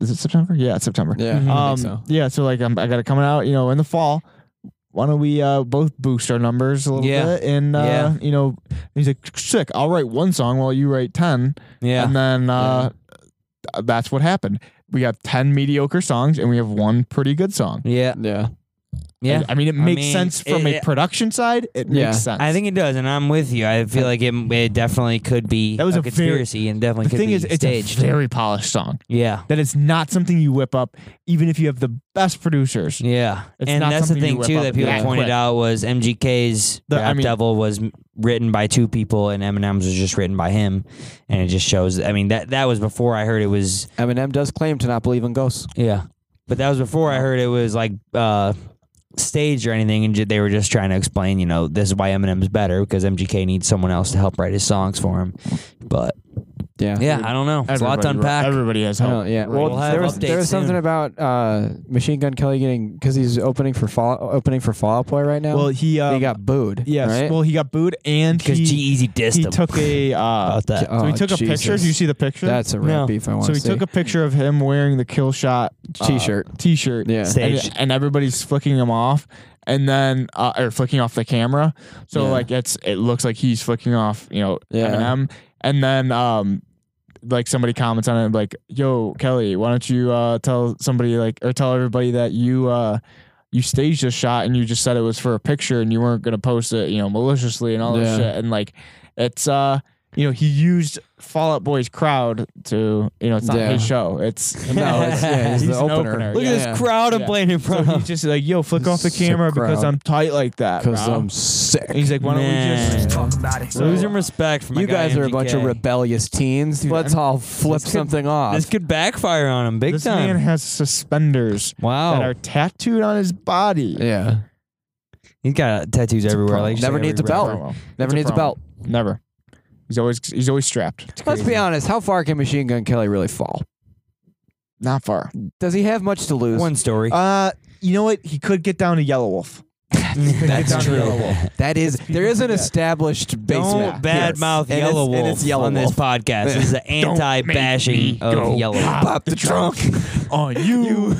is it September? Yeah, it's September.
yeah. Mm-hmm. I
Um,
think so.
yeah. So like, I'm, I got it coming out. You know, in the fall. Why don't we uh, both boost our numbers a little
Yeah.
bit? And uh,
Yeah.
you know, he's like, sick. I'll write one song while you write ten.
yeah.
And then uh, th- that's what happened. We have 10 mediocre songs and we have one pretty good song.
yeah.
Yeah,
Yeah.
I mean, it makes
mean,
sense from
it-
a production side. It
Yeah.
makes sense.
I think it does, and I'm with you. I feel like it, it definitely could be
That was
a
a very-
conspiracy, and definitely
the
could
thing
be
is, it's
staged.
a very polished song.
yeah,
That it's not something you whip up, even if you have the best producers.
yeah,
It's
and
not
that's the
something you
thing
whip
too
up
that people
that
pointed
quick.
out was MGK's
The- I
Rap
mean-
Devil was m- written by two people, and Eminem's was just written by him, and it just shows. I mean, that that was before I heard it was
Eminem does claim to not believe in ghosts.
yeah, but that was before I heard it was like. uh staged or anything and ju- they were just trying to explain you know this is why eminem's better because mgk needs someone else to help write his songs for him but
Yeah,
yeah i don't know it's a lot to
Everybody-
unpack
Everybody has
I
help.
don't- yeah.
We'll
Well,
have
there was
updates
there was something
soon.
about uh, Machine Gun Kelly getting because he's opening for fall opening for Fall Out Boy right now.
Well, he, um,
he got booed.
yes.
right?
Well, he got booed and
because G
he,
Easy dissed
he
him.
took a. Uh,
about that.
so he
Oh,
took a picture.
Jesus.
Do you see the picture?
that's a rap
No.
beef. I want
so
to
he took a picture of him wearing the kill shot uh,
T-shirt.
T-shirt.
Yeah.
Stage.
and, and everybody's flicking him off and then uh, or flicking off the camera so
Yeah.
like it's it looks like he's flicking off you know
Yeah.
Eminem and then um like somebody comments on it like yo Kelly why don't you uh tell somebody like or tell everybody that you uh you staged a shot and you just said it was for a picture and you weren't gonna post it you know maliciously and all
Yeah.
this shit and like it's uh you know, he used Fall Out Boy's crowd to, you know, it's not
Yeah.
his show. It's
No,
no,
it's, yeah, he's,
He's
the
an
opener.
opener.
Look
Yeah.
at this crowd I'm
Yeah.
playing in
so
front
he's
of.
just like, yo, flick off the
Sick
camera because
crowd.
I'm tight like that.
Because
bro.
I'm sick.
And he's like, why don't we just
Man. Losing
So-
respect for my
you
guy
guys are a bunch of
MGK.
rebellious teens. Let's all flip
this could-
something off.
This could backfire on him big
this
time.
man has suspenders that
wow,
are tattooed on his body.
yeah.
he's got tattoos everywhere.
problem.
Like
Never needs a belt.
Promo.
Never
It's
needs a belt.
problem. Never. He's always he's always strapped.
Let's be honest. How far can Machine Gun Kelly really fall?
Not far.
Does he have much to lose?
One story.
Uh, you know what? He could get down to Yellow Wolf.
That's
It's on
true.
Yellow Wolf.
That is. There is an
forget.
Don't
established basement.
badmouth
And it's-
Yellow
and it's
Wolf
Yellow
on this
Wolf.
podcast. This is an
Don't make me
anti-bashing
go
of Yellow Wolf.
Pop the trunk.
on you.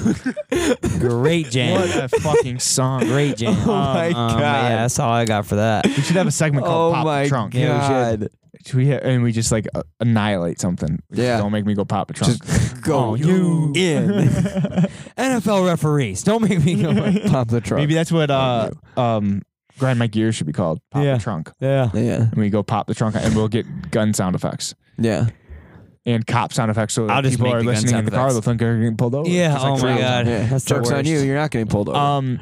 Great
what
jam.
a fucking song.
Great jam.
Oh my
Um, um,
God.
Yeah, that's all I got for that.
We should have a segment called
Oh
Pop
my
the Trunk.
God.
Yeah, we
Should we ha- and we just like uh, annihilate something. We just
Yeah.
Don't make me go pop the trunk.
Just go
Oh,
you
you.
in.
NFL referees, don't make me go.
Pop the trunk.
Maybe that's what uh um grind my gear should be called. Pop
Yeah.
the trunk.
yeah.
Yeah.
And we go pop the trunk and we'll get gun sound effects
Yeah.
and cop sound effects so that
I'll just
people
make
are
the gun
listening in
sound
the car
effects.
they'll think they're getting pulled over.
Yeah.
Just like
Oh my
sounds.
god.
yeah.
That's the
Jokes on
worst.
you. You're not getting pulled over.
Um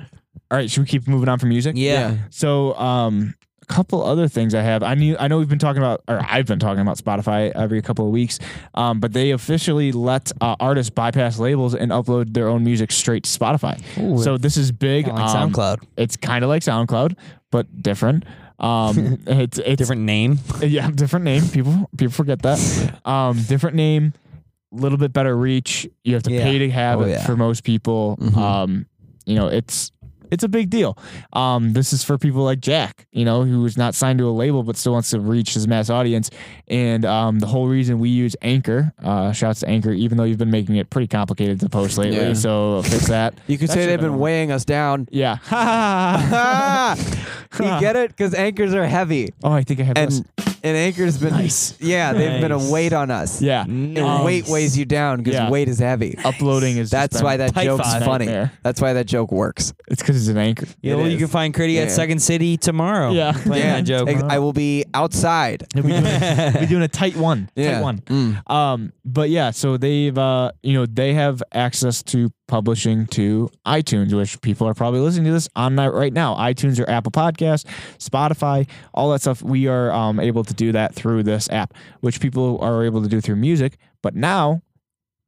all right, should we keep moving on from music?
Yeah.
So, um, a couple other things I have. I knew I know we've been talking about, or I've been talking about Spotify every couple of weeks, um, but they officially let uh, artists bypass labels and upload their own music straight to Spotify.
Ooh,
so this is big.
Kinda like
um,
SoundCloud.
It's kind of like SoundCloud, but different. Um, it's it's
Different name.
yeah, different name. People people forget that. Um, different name, a little bit better reach. You have to
Yeah.
pay to have
Oh,
it
yeah. Mm-hmm.
for most people.
Mhm.
Um, you know, it's it's a big deal. Um, this is for people like Jack, you know, who is not signed to a label but still wants to reach his mass audience. And um, the whole reason we use Anchor, uh, shouts to Anchor, even though you've been making it pretty complicated to post lately.
Yeah.
So fix that.
you could
That
say
should've
they've
been
been
a-
weighing us down.
Yeah.
Ah! you get it? Because anchors are heavy.
oh, I think I have this.
And and anchor's been
Nice.
yeah, they've been a
Nice.
weight on us.
Yeah.
And
Nice.
weight weighs you down because
Yeah.
weight is heavy.
Uploading is just
That's
been-
why that
Typhon
joke's funny.
nightmare.
That's why that joke works.
it's because it's an anchor.
You,
It
know, you
is.
can find Critty at
Yeah.
Second City tomorrow.
Yeah.
Playing that joke.
Ex- I will be outside.
We're doing, we're doing a tight one.
Yeah.
Tight one.
Mm.
Um, but yeah, so they've uh, you know, they have access to publishing to iTunes, which people are probably listening to this on that right now. iTunes or Apple Podcasts, Spotify, all that stuff. We are um able to do that through this app, which people are able to do through music. But now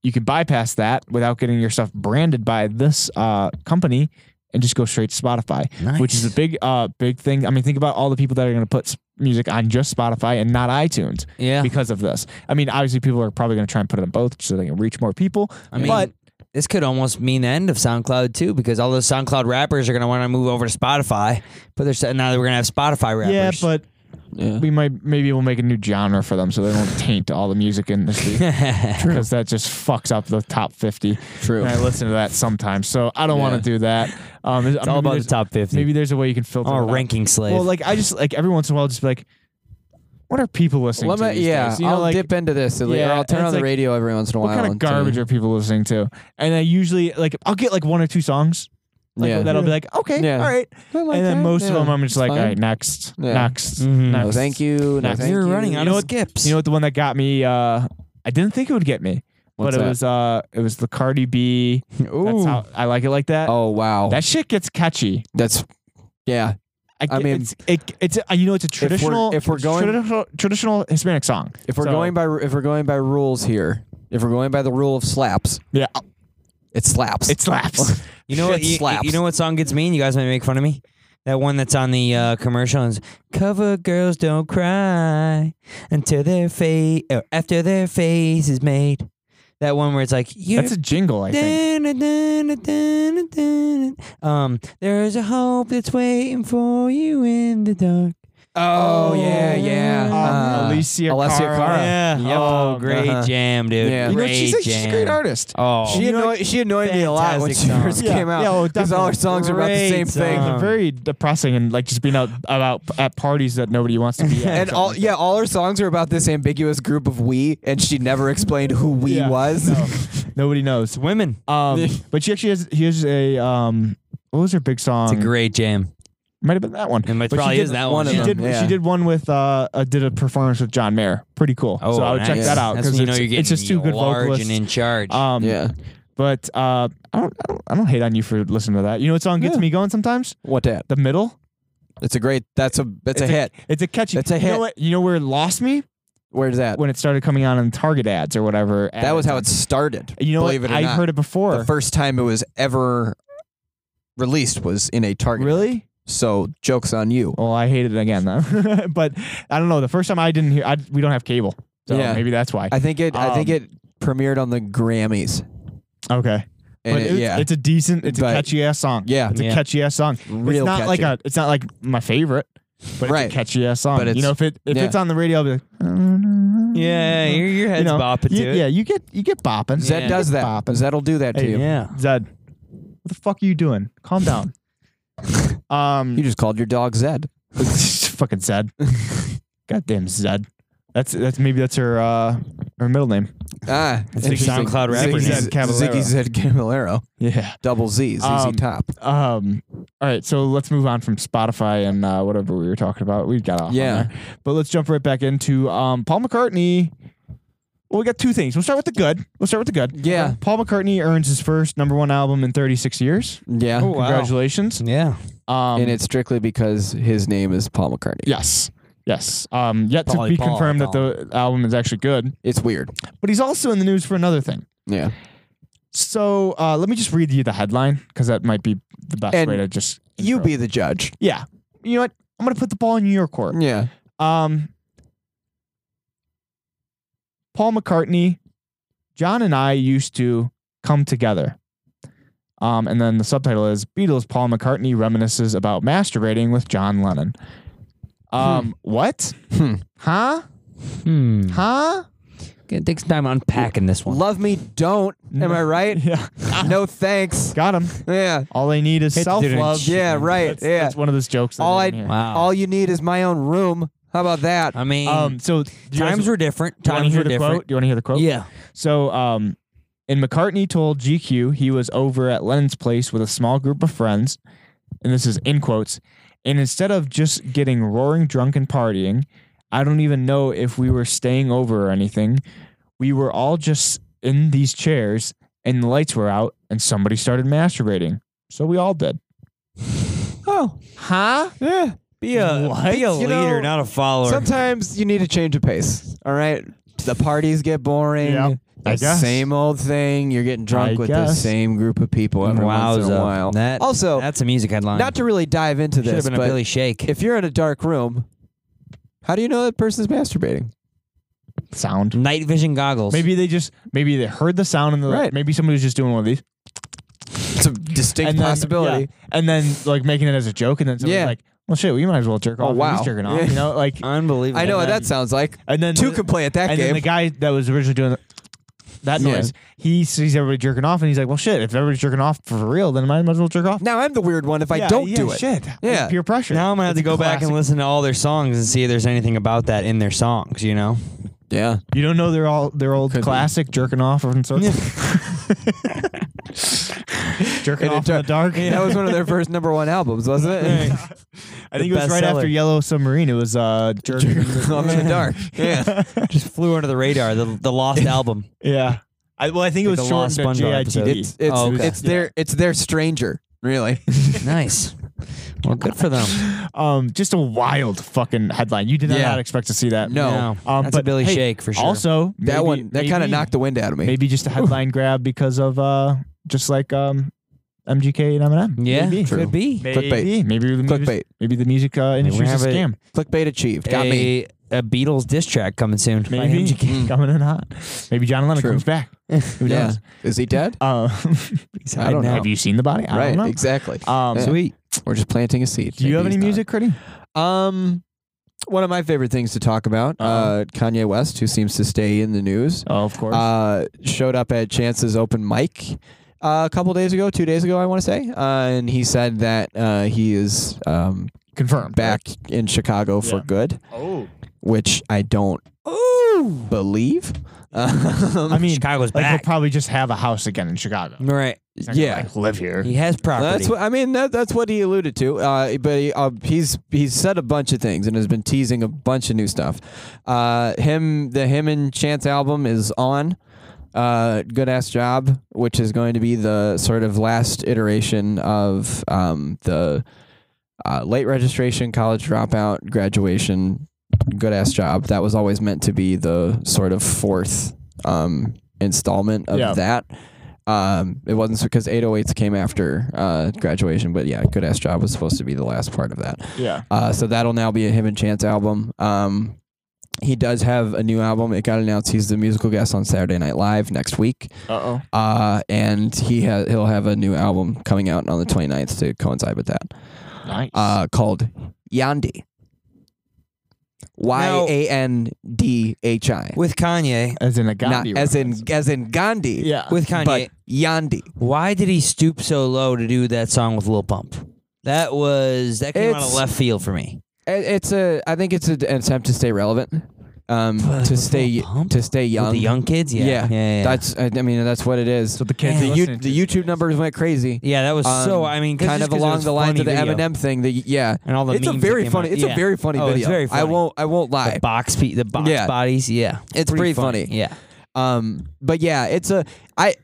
you can bypass that without getting your stuff branded by this uh company and just go straight to Spotify which is a big uh big thing. I mean, think about all the people that are going to put s- music on just Spotify and not iTunes
yeah.
because of this. I mean, obviously people are probably going to try and put it on both so they can reach more people.
I mean,
but
this could almost mean the end of SoundCloud too, because all those SoundCloud rappers are going to want to move over to Spotify. But they're saying now that we're going to have Spotify rappers.
yeah, but
Yeah.
we might maybe we'll make a new genre for them so they don't taint all the music industry because that just fucks up the top 50.
True.
And I listen to that sometimes. So I don't
Yeah.
want to do that. Um
it's all about the top fifty.
Maybe there's a way you can filter
I'm a
it out.
ranking slave.
Well, like I just like every once in a while just be like what are people listening
Let
to?
me,
these
yeah,
days? You know,
I'll
like,
dip into this. at le- or
Yeah,
I'll turn
it's
on the
like,
radio every once in a
What
while.
kind of
and see.
garbage are people listening to? And I usually like I'll get like one or two songs. Like,
Yeah.
That'll be like, okay,
Yeah.
all right.
I like
and then
that.
most of
Yeah.
them I'm just
It's
like,
fine.
all right, next,
Yeah.
next,
Mhm.
next.
No, thank you. No,
Next.
thank
you're
you.
running out
know
of
what-
skips.
You know what the one that got me uh I didn't think it would get me.
What's
but it
that?
was uh it was the Cardi B. That's
Ooh.
how I like it like that.
Oh wow.
That shit gets catchy.
That's yeah. I
get-
mean-
it's it, it's a, you know it's a
we're-
traditional
if we're
it's
going-
traditional, traditional Hispanic song.
If we're
So,
going by if we're going by rules here, if we're going by the rule of slaps,
yeah,
it slaps.
it slaps.
You know what?
Shit
You,
slaps.
you know what song gets me? And you guys might make fun of me. That one that's on the uh, commercial is "Cover girls don't cry until their face or after their face is made." That one where it's like you.
That's a jingle, I think.
Um, there's a hope that's waiting for you in the dark.
oh yeah, yeah. Uh,
Um, Alicia Cara.
Yeah.
Yep.
Oh, great
Uh-huh.
jam, dude.
Yeah.
You know,
Great
she's a, she's a
jam.
great artist.
Oh,
She annoyed, she annoyed me a lot when she
Fantastic
first
song.
came
Yeah,
out.
yeah, oh,
because all her
definitely.
songs are about the
Great
same thing.
song.
They're
Um,
very depressing and like just being out about at parties that nobody wants to be at.
And all yeah, all her songs are about this ambiguous group of we, and she never explained who we
Yeah.
was.
No. nobody knows.
women.
Um, but she actually has here's a um, what was her big song?
It's a great jam.
might have been that one.
And it
But she
probably
did
is that
one
one.
of
She
yeah.
them.
did. She did one with uh, uh did a performance with John Mayer. Pretty cool.
Oh,
so I would check
nice.
that out
That's when
because
you know
it's,
you're getting
it's just two good
large
vocalists.
and in charge.
um,
yeah.
But uh, I don't, I don't I don't hate on you for listening to that. You know what song gets
Yeah.
me going sometimes?
What that?
The middle.
That's a great. That's a. That's a hit.
It's a catchy.
It's a
You know
hit.
what? You know where it lost me
Where's that?
when it started coming on in Target ads or whatever.
That was how it
it's.
started.
You know,
believe
what?
it or
I've
not.
heard it before.
The first time it was ever released was in a Target.
really?
So jokes on you.
Well, I hate it again though. but I don't know. The first time I didn't hear. I, we don't have cable, so
Yeah.
maybe that's why.
I think it. I think
Um,
it premiered on the Grammys.
okay,
And
but
it-
it's,
yeah,
it's a decent. It's a
But-
catchy ass song.
yeah,
It's a
Yeah.
catchy ass song.
real
it's not
catchy.
like a. It's not like my favorite, but
Right.
it's a catchy ass song.
But
you
it's-
know, if it if
yeah.
it's on the radio, I'll be "Oh, like,
yeah, your, your head's
you know,
bopping
you-
to it.
yeah, you get you get bopping.
Zed
Yeah.
does that.
Bopping.
Zed'll do that to
Hey,
you.
Yeah.
Zed, what the fuck are you doing? Calm down. um,
You just called your dog Zed.
fucking Zed. Goddamn Zed. That's that's maybe that's her uh her middle name.
Ah,
a
interesting.
SoundCloud rapper
Ziggy
name.
Zed Caballero. Ziggy Zed Caballero.
Yeah.
Double Z. ZZ
Um,
Top.
Um. All right. So let's move on from Spotify and uh, whatever we were talking about. We got off. on
Yeah.
there. But let's jump right back into um Paul McCartney. Well, we got two things. We'll start with the good. We'll start with the good.
Yeah.
Paul McCartney earns his first number one album in 36 years.
Yeah.
Oh, wow.
Congratulations.
Yeah.
Um,
and it's strictly because his name is Paul McCartney.
yes, yes. Um, yet to
Polly
be
Paul, I
confirmed that
call
the album is actually good.
It's weird.
But he's also in the news for another thing.
Yeah.
So uh, let me just read you the headline because that might be the best
And
way to just.
You
intro.
be the judge.
Yeah. You know what? I'm going to put the ball in your court.
Yeah.
Um, Paul McCartney, John and I used to come together. Um, and then the subtitle is Beatles Paul McCartney reminisces about masturbating with John Lennon. Um, what?
Hmm.
Huh?
Hmm.
Huh?
Gonna take some time unpacking this one.
Love me, don't. Am I right?
Yeah.
no thanks.
Got him.
Yeah.
All they need is
Hit the
self love.
dude.
Yeah, right.
That's,
Yeah.
that's one of those jokes. that
All
I
I
didn't hear.
Wow.
all you need is my own room. How about that?
I mean,
Um, so do you guys-
times were different.
do you wanna
Times
hear
were
the
different.
Quote? Do you want to hear the quote?
Yeah.
So, um, and McCartney told GQ he was over at Lennon's place with a small group of friends, and this is in quotes. And instead of just getting roaring drunk and partying, I don't even know if we were staying over or anything. We were all just in these chairs, and the lights were out, and somebody started masturbating. So we all did.
Oh,
Huh?
yeah.
Be a be a
You
leader,
know,
not a follower.
Sometimes you need to change the pace. All right. The parties get boring.
Yeah,
The
I guess.
same old thing. You're getting drunk
I
with the
guess.
same group of people every once in a
Wowza.
while.
That-
also,
That's a music headline.
not to really dive into
should have
this,
been a
but
Billy Shake.
if you're in a dark room, how do you know that person's masturbating?
Sound.
Night vision goggles.
Maybe they just maybe they heard the sound and the
Right.
maybe somebody was just doing one of these.
It's a distinct
then-
possibility.
yeah. And then like making it as a joke, and then somebody's
Yeah.
like, "Well, shit, we might as well jerk
Oh,
off."
wow.
He's jerking off,
Yeah. Uh,
you know, like.
Unbelievable.
I know what
And then-
that sounds like.
And then
Two can play at that
and then
game.
the guy that was originally doing that
Yeah.
noise, he sees everybody jerking off, and he's like, "Well, shit, if everybody's jerking off for real, then I might as well jerk off."
now I'm the weird one if I
Yeah,
don't
yeah,
do it.
Shit,
Yeah.
It's peer pressure.
Now I'm gonna have
It's
to go back
classic.
and listen to all their songs and see if there's anything about that in their songs. You know.
Yeah.
You don't know their all their old
Could be.
classic jerking off and sort jerking
In a
off in the dark.
That was one of their first number one albums, wasn't it?
I think it was right
bestseller.
after Yellow Submarine. It was uh, jerking.
Off in the dark. Yeah.
Just flew under the radar. The the lost album.
Yeah. I, well, I think it
Like
was
the Lost
shortened to
SpongeBob episode.
JITD.
It's it's
Oh, okay.
it's their it's their stranger, really.
nice. Well, good for them.
Um, just a wild fucking headline. You did not,
Yeah.
expect to see that.
No.
Um,
that's a
but,
Billy
hey,
Shake for sure.
Also,
that
maybe-
one that kind of
maybe-
knocked the wind out of me.
Maybe just a headline grab because of uh, just like um, MGK and Eminem.
yeah,
maybe.
could be.
Maybe.
Clickbait.
Maybe the
Clickbait.
music. Maybe the music uh, industry's a
have it-
scam.
Clickbait achieved. Got
a,
me.
a Beatles diss track coming soon. by
Maybe
MGK.
MGK coming in hot. Maybe John Lennon
True.
comes back. Who
Yeah.
knows?
Is he dead?
Uh,
I don't know.
Have you seen the body? I
right.
don't know.
Exactly.
Um,
Yeah.
Sweet.
We're just planting a seed.
Do you
Maybe
have
he's
any
not.
music, Critty?
Um, one of my favorite things to talk about, uh,
Uh-oh.
Kanye West, who seems to stay in the news,
Oh, of course.
uh, showed up at Chance's open mic. Uh, a couple days ago, two days ago, I want to say, uh, and he said that uh, he is um,
Confirmed.
back in Chicago for
Yeah.
good,
Oh.
which I don't believe. Um,
I mean,
Chicago's
like he'll
back.
probably just have a house again in Chicago. He's
right.
not gonna,
Yeah.
like, live here.
He has property.
That's what I mean. That, that's what he alluded to. Uh, but he, uh, he's he's said a bunch of things and has been teasing a bunch of new stuff. Uh, him the him and Chance album is on. Uh, good ass job, which is going to be the sort of last iteration of um, the uh, late registration, college dropout, graduation. Good ass job. That was always meant to be the sort of fourth um, installment of
Yeah.
that. Um, it wasn't because 808s came after uh, graduation, but yeah, good ass job was supposed to be the last part of that.
Yeah.
Uh, so that'll now be a him and Chance album. Um, he does have a new album. It got announced. He's the musical guest on Saturday Night Live next week,
Uh oh.
uh, and he ha- he'll have a new album coming out on the 29th to coincide with that,
Nice.
uh, called Yandi. Y a n d h i.
with Kanye.
as in a
Not
Gandhi.
as in
reference.
as in Gandhi.
Yeah.
With Kanye.
but Yandi.
Uh, Why did he stoop so low to do that song with Lil Pump? That was that came out of
It's-
left field for me.
It- It's a. I think it's a, an attempt to stay relevant, um,
But
to
with
stay
Lil Pump?
to stay
With
young.
the young kids, yeah, yeah, yeah. yeah.
That's. I I mean, that's what it is.
so the kids
Yeah.
the,
are
you,
listening
the
to it.
YouTube numbers went crazy.
yeah, that was
Um,
so. I mean, 'cause-
kind
just
of
'cause it was
along the lines
funny
of the
video.
Eminem thing. The yeah,
and all the
it's a
memes that
very
came
funny.
out.
It's
Yeah.
a very funny
Oh,
video.
It's very funny.
I won't. I won't lie.
The box, pe- the box
Yeah.
bodies, yeah.
It's pretty funny.
Yeah,
Um, but yeah, it's a. I.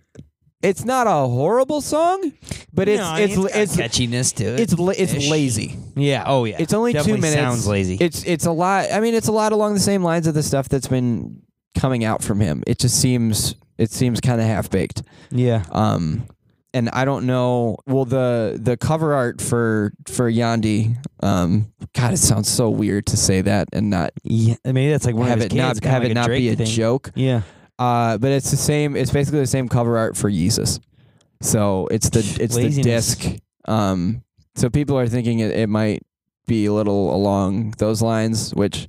It's not a horrible song, but it's
No, I mean,
it's
got
it's it's
catchiness to it.
it's, la- it's
Ish.
lazy.
yeah. Oh yeah.
It's only
Definitely
two minutes.
Sounds lazy.
It's it's a lot. I mean, it's a lot along the same lines of the stuff that's been coming out from him. It just seems it seems kind of half baked.
yeah.
Um, and I don't know. Well, the the cover art for for Yandi. Um, God, it sounds so weird to say that and not
Yeah. Maybe that's like one
have
of his
it
kids,
not
kinda
have
like
it not be a
Drake thing.
joke.
Yeah.
Uh, but it's the same. It's basically the same cover art for Jesus. So it's the it's the
Laziness.
disc. Um, so people are thinking it, it might be a little along those lines, which,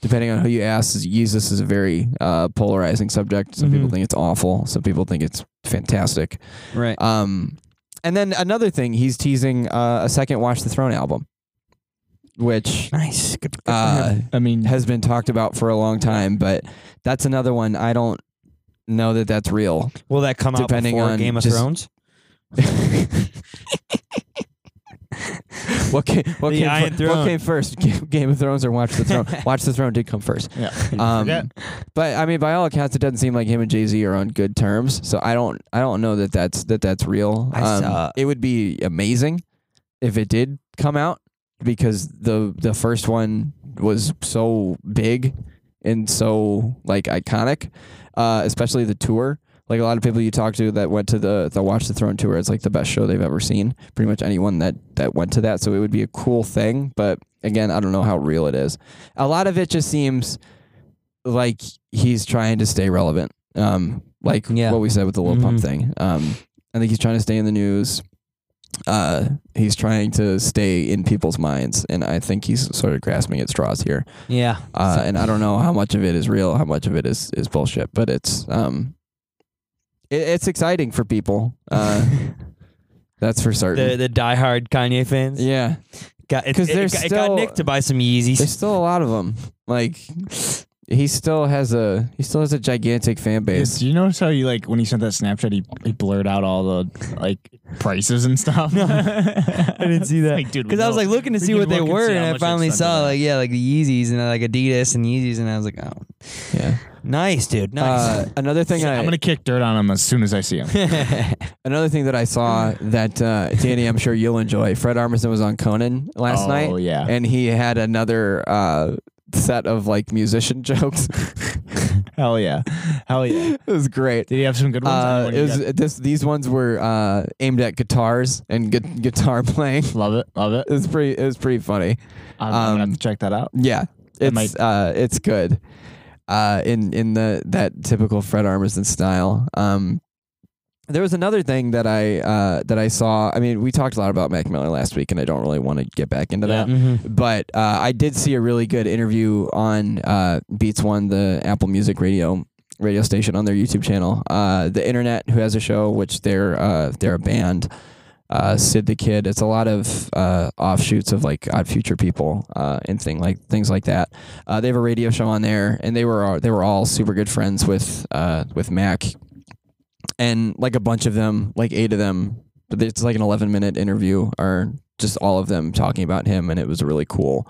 depending on who you ask, is Jesus is a very uh, polarizing subject. Some people
Mhm.
think it's awful. Some people think it's fantastic.
Right.
Um, and then another thing, he's teasing uh, a second Watch the Throne album, which
Nice. Good. good for
uh,
him.
I mean,
has been talked about for a long time, but that's another one I don't know that that's real.
Will that come out
depending
before
on
Game of
just-
Thrones?
What came, what
The
came,
Iron
fir-
Throne.
what came first? Ga- Game of Thrones or Watch the Throne? Watch the Throne did come first.
yeah. Forget.
Um, but I mean, by all accounts, it doesn't seem like him and Jay Z are on good terms. So I don't, I don't know that that's that that's real. Um,
I saw-
It would be amazing if it did come out because the the first one was so big and so like iconic, uh, especially the tour. Like a lot of people you talk to that went to the the Watch the Throne tour, it's like the best show they've ever seen. Pretty much anyone that that went to that, so it would be a cool thing. But again, I don't know how real it is. A lot of it just seems like he's trying to stay relevant. Um, like
Yeah.
what we said with the Lil Pump
Mhm.
thing. Um, I think he's trying to stay in the news. Uh, he's trying to stay in people's minds, and I think he's sort of grasping at straws here.
Yeah.
Uh, and I don't know how much of it is real, how much of it is is bullshit, but it's um, it, it's exciting for people. Uh, that's for
the
certain.
the diehard Kanye fans.
yeah,
Got, it,
'Cause
it,
there's
got, it got
still-
Nick to buy some Yeezys.
there's still a lot of them. Like he still has a he still has a gigantic fan
Yeah,
base.
Do you notice how he like when he sent that Snapchat, he, he blurred out all the like prices and stuff.
No. I didn't see that
Like, dude, we
because I was
know-
like looking to
we
see
can
what they
look and
were,
see
and
how
I
much
finally
it's under
saw
that.
like yeah, like the Yeezys and uh, like Adidas and Yeezys, and I was like, oh,
Yeah.
nice, dude, nice.
Uh, another thing I
I'm gonna kick dirt on him as soon as I see him.
another thing that I saw that uh, Danny, I'm sure you'll enjoy. Fred Armisen was on Conan last
oh,
night.
yeah.
and he had another uh, set of like musician jokes.
Hell yeah. Hell yeah.
it was great.
Did he have some good ones? I know
Uh,
when
it
he
was
got-
this. These ones were uh, aimed at guitars and gu- guitar playing.
love it. Love it.
It was pretty. It was pretty funny.
I'm, I'm gonna have
Um,
to check that out.
Yeah, it's
might-
uh, it's good. Uh, in in the that typical Fred Armisen style. Um, there was another thing that I uh, that I saw. I mean, we talked a lot about Mac Miller last week, and I don't really want to get back into
Yeah.
that.
Mm-hmm.
But uh, I did see a really good interview on uh, Beats One, the Apple Music Radio radio station on their YouTube channel. Uh, the Internet, who has a show, which they're uh, they're a band. uh, Sid the Kid. It's a lot of uh, offshoots of like Odd Future people uh, and thing like things like that. Uh, they have a radio show on there, and they were they were all super good friends with uh, with Mac, and like a bunch of them, like eight of them. But it's like an eleven minute interview, or just all of them talking about him, and it was really cool.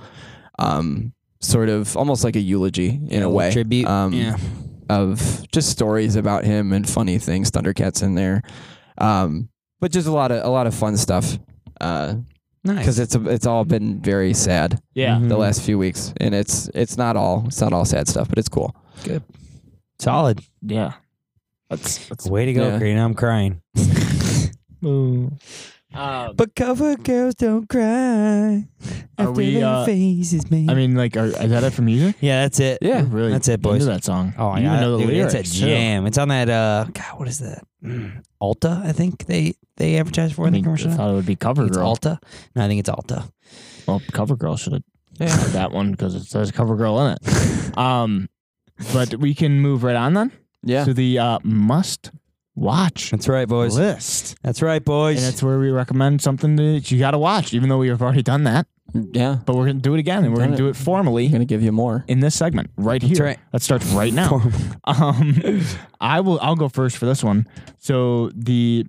Um, sort of almost like a eulogy in a way.
Tribute.
Um,
yeah.
of just stories about him and funny things. Thundercats in there, um, but just a lot of a lot of fun stuff because
Nice.
it's a, it's all been very sad
Yeah.
Mhm.
the last few weeks, and it's it's not all it's not all sad stuff, but it's cool.
Solid.
Mm-hmm.
Yeah. That's, that's
Way to go,
Yeah.
Green. I'm crying.
um,
But cover girls don't cry.
Are we, uh,
face is made.
I mean, like, are, is that it for music?
yeah, that's it.
Yeah,
You're really
that's it, boys.
into that song.
Oh, I
you
got
even
it,
know the
dude.
lyrics.
It's a
too.
jam. It's on that. Uh, God, what is that? Mm, Alta, I think they they advertise for
I
in the
mean, I
commercial. now.
thought it would be
I think
Cover
It's
Girl.
Alta. No, I think it's Alta.
Well, Cover Girl should have had that one because it says Cover Girl in it. Um, but we can move right on then
yeah,
to the uh, must watch
That's right, boys.
list.
That's right, boys.
And that's where we recommend something that you got to watch, even though we have already done that.
yeah.
But we're going to do it again and we're
Done
going to
it.
do it
I'm
formally
gonna give you more.
in this segment right here.
right.
That starts right now. Um, I will. I'll go first for this one. So the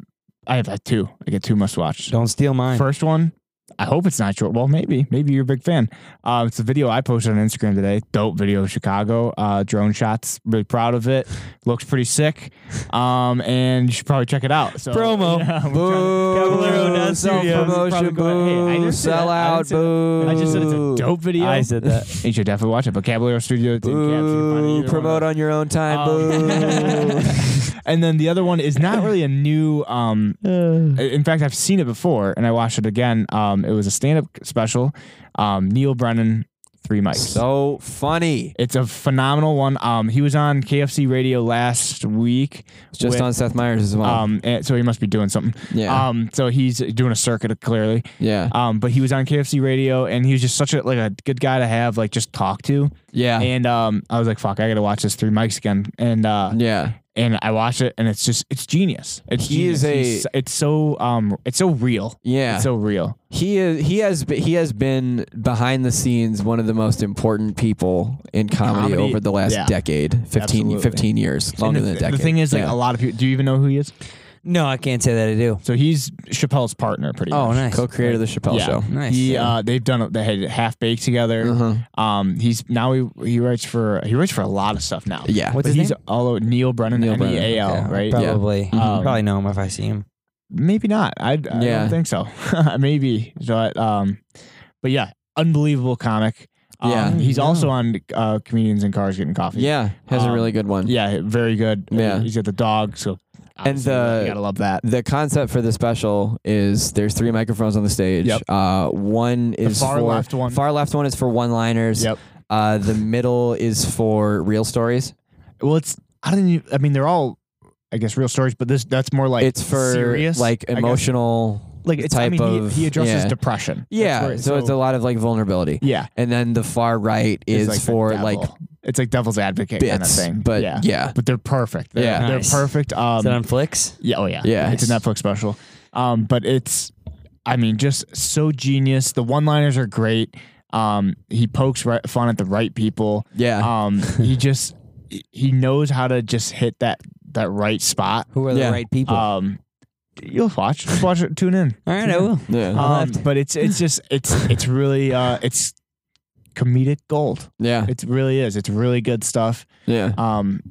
I have had two. I get two must watch.
don't steal mine.
First one. I hope it's not short. Well, maybe. Maybe you're a big fan. Uh, it's a video I posted on Instagram today. Dope video of Chicago. Uh, drone shots. Really proud of it. Looks pretty sick. Um, and you should probably check it out. So,
Promo.
Yeah, we're
Boo!
trying to- Caballero Dot Studios is probably
Self-promotion,
going,
boo!
"Hey, I didn't say that.
Sell
I
out,
didn't say that."
boo!
I just said it's a dope video.
I said that.
You should definitely watch it. But Caballero Studios. in Caps, you can find it
Boo!
either one of
Promote
those.
on your own time,
Um,
boo!
and then the other one is not really a new. Um, in fact, I've seen it before, and I watched it again. Um, it was a stand-up special. Um, Neil Brennan, three mics.
so funny.
it's a phenomenal one. Um, he was on KFC Radio last week.
It's just
with-
on Seth Meyers as well.
Um, and so he must be doing something.
yeah,
Um, so he's doing a circuit clearly.
yeah,
Um, but he was on KFC Radio, and he was just such a like a good guy to have, like just talk to.
yeah,
And um, I was like, fuck, I gotta watch this three mics again. And uh,
yeah.
and I watch it, and it's just it's genius. It's
He is
genius.
a-
He's- it's so um it's so real.
Yeah,
It's so real.
he is. He has. be- He has been behind the scenes one of the most important people in comedy,
Comedy,
over the last
yeah.
decade, 15,
Absolutely.
15 years, longer
And the,
than a decade.
the thing is, like
Yeah.
a lot of people. Do you even know who he is?
No, I can't say that I do.
So he's Chappelle's partner, pretty
Oh,
much.
nice.
co-creator of the Chappelle
Yeah.
Show.
Nice.
He
yeah.
uh, they've done they had half baked together.
Uh-huh.
Um, he's now he he writes for he writes for a lot of stuff now.
Yeah,
What's
but
his
he's
name?
all over Neil Brennan,
Neil
N
Brennan,
E A L,
Yeah,
right?
Probably.
Um,
probably know him if I see him.
Maybe not. I, I
Yeah.
don't think so. Maybe, but um, but yeah, unbelievable comic. Um,
Yeah.
he's
Yeah.
also on uh, comedians in cars getting coffee.
yeah, has
Um,
a really good one.
Yeah, very good.
Yeah.
he's got the dog, so obviously
the-
you gotta love that.
The concept for the special is there's three microphones on the stage.
Yep.
Uh, one
The
is
far
for
left one.
far left one is for one-liners.
Yep.
Uh, the middle is for real stories.
Well, it's I don't. Even, I mean, they're all, I guess, real stories, but this that's more like
it's for
serious,
like
I guess.
emotional
like it's.
type
I mean,
of
he, he addresses
yeah.
depression. That's
Yeah,
where-
so, it's a lot of like vulnerability.
yeah.
And then the far right
it's
is
like the
for
devil.
like
it's like devil's advocate kind of
bits,
thing.
but
yeah,
yeah, yeah,
but they're perfect. They're,
Yeah.
they're
Nice.
perfect. Um,
Is that on Flicks?
Yeah. Oh yeah.
Yeah.
It's a Netflix special. Um, but it's, I mean, just so genius. The one-liners are great. Um, he pokes right, fun at the right people. Um, he just he knows how to just hit that that right spot.
Who are the
Yeah.
right people?
Um, you'll watch, just watch it, tune in.
All right, I will.
yeah,
I'll
Um,
have to.
but it's it's just it's it's really uh it's comedic gold.
yeah,
It really is. It's really good stuff.
yeah.
Um,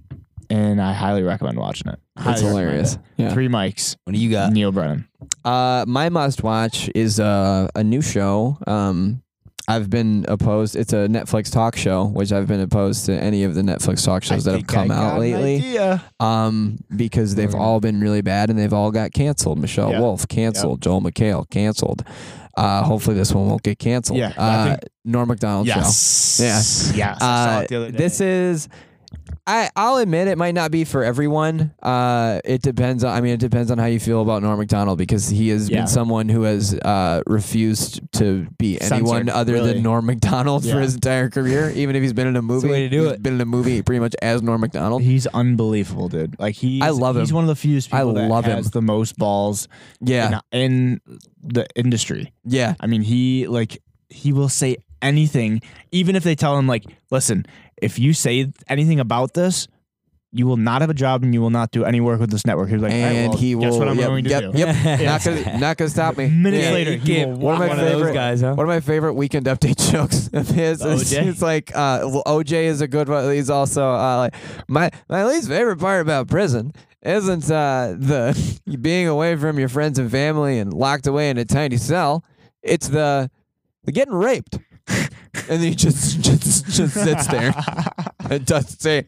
and I highly recommend watching it.
It's
Highly recommend
hilarious.
it.
Yeah.
Three mics.
What do you got?
Neil Brennan.
Uh, my must watch is uh, a new show. Um, I've been opposed. It's a Netflix talk show, which I've been opposed to any of the Netflix talk shows that have come out lately.
Yeah.
um, because they've
We're
all been really bad and they've all got canceled. Michelle
Mm-hmm. Yeah.
Wolf canceled. Joel McHale canceled. Uh, hopefully this one won't get canceled.
Yeah, I
uh,
think-
Norm Macdonald show.
Yes.
Yeah.
Yes. I saw
Uh,
it the other day.
this is. I I'll admit it might not be for everyone. Uh, it depends. On, I mean, it depends on how you feel about Norm Macdonald because he has
Yeah.
been someone who has uh, refused to be anyone
Censored,
other
really.
than Norm Macdonald
Yeah.
for his entire career. Even if he's been in a movie,
way to do
He's
it.
Been in a movie pretty much as Norm Macdonald.
He's unbelievable, dude. Like he,
I love
He's
him.
one of the few people
I
that
love him.
has the most balls
Yeah,
in, in the industry.
yeah,
I mean, he like he will say anything, even if they tell him like, "Listen, if you say anything about this, you will not have a job and you will not do any work with this network." He's like, "All right,
and
well,
he will.
Guess what I'm
yep,
going to
yep,
do."
Yep,
Yeah.
not gonna not gonna stop me.
Minutes
Yeah.
later,
you
he
get
will
one of my
one of those
favorite-
guys, huh?
One of my favorite weekend update jokes of his is
OJ.
he's like, uh, well, OJ is a good one. He's also uh, like, my my least favorite part about prison isn't uh, the being away from your friends and family and locked away in a tiny cell. It's the the getting raped. and he just, just just sits there and doesn't say.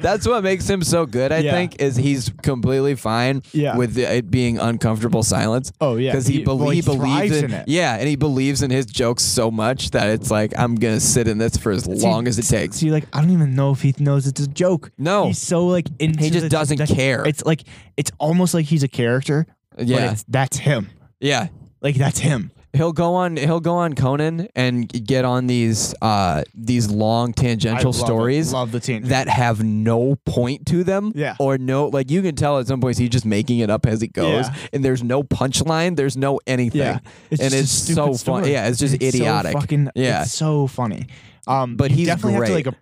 That's what makes him so good. I
Yeah.
think is he's completely fine
Yeah.
with it being uncomfortable silence
Oh yeah,
because he, belie-
well, he
believes
thrives
in,
in it.
Yeah, and he believes in his jokes so much that it's like I'm gonna sit in this for as long as it takes.
See, like I don't even know if he knows it's a joke.
No.
he's so like into.
He just
the-
doesn't
the-
care.
It's like it's almost like he's a character. but
yeah,
it's, that's him.
yeah.
Like that's him.
He'll go on. He'll go on Conan and get on these uh these long
I
tangential
love it.
stories
Love the team.
that have no point to them.
Yeah.
or no like you can tell at some points he's just making it up as he goes,
Yeah.
and there's no punchline. There's no anything.
Yeah,
and
just a
it's
stupid
so fun.
story.
Yeah, it's just
so
idiotic.
fucking,
Yeah.
it's so funny. Um,
But
you
he's
definitely have
great.
to like a-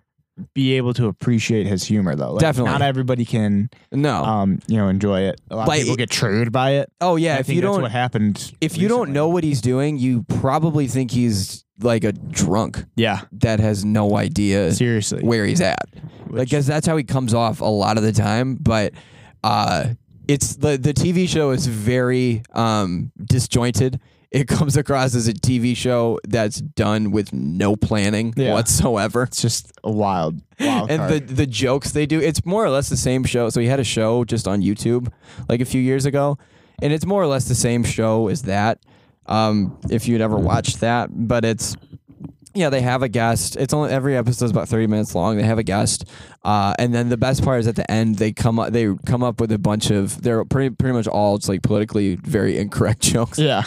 be able to appreciate his humor though. Like,
Definitely. Oh.
not everybody can
no.
um you know enjoy it. A lot
But
of people
it-
get triggered by it.
oh yeah,
I
if
think
you
that's
don't
what happened.
if you don't
recently.
know what he's doing, you probably think he's like a drunk
yeah,
that has no idea
seriously,
where he's at.
Which-
Because that's how he comes off a lot of the time. But uh, it's the the TV show is very um, disjointed. It comes across as a TV show that's done with no planning
Yeah.
whatsoever
it's just a wild, wild
and the
card.
the jokes they do it's more or less the same show so he had a show just on youtube like a few years ago and it's more or less the same show as that um, if you'd ever watched that but it's yeah they have a guest it's only every episode's about 30 minutes long they have a guest uh, and then the best part is at the end they come up they come up with a bunch of they're pretty pretty much all just like politically very incorrect jokes
yeah,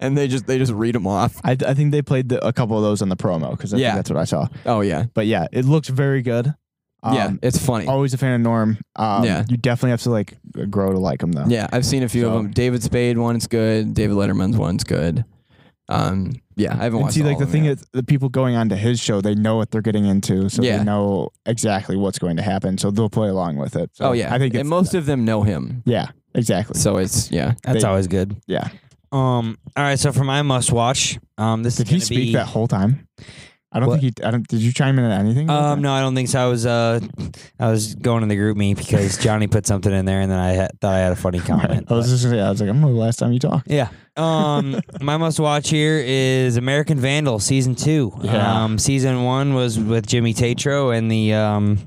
and they just they just read them off
I, I think they played the, a couple of those on the promo because I
Yeah.
think that's what I saw.
oh yeah
But yeah, it looks very good. Um,
yeah it's funny
always a fan of Norm. Um,
Yeah.
you definitely have to like grow to like him though.
Yeah, I've seen a few of
So-
them. David Spade one's good. David Letterman's one's good. Um, yeah, I haven't
And
watched.
see, like
all
the
of them
thing
yet.
is, the people going on to his show, they know what they're getting into, so
Yeah.
they know exactly what's going to happen, so they'll play along with it. So
oh yeah,
I think it's,
and most of them know him,
yeah, exactly,
so it's yeah.
That's
They-
always good.
yeah.
Um. All right. So for my must watch, um, this
Did
is
he
gonna
speak
be,
that whole time? I don't
What?
think he. I don't. Did you chime in on anything? about
Um,
that?
no, I don't think so. I was uh, I was going in the group meet because Johnny put something in there, and then I had, thought I had a funny comment.
I was just gonna. I was like, I'm the last time you talked.
Yeah. Um, my must watch here is American Vandal season two.
Yeah.
Um, season one was with Jimmy Tatro and the um,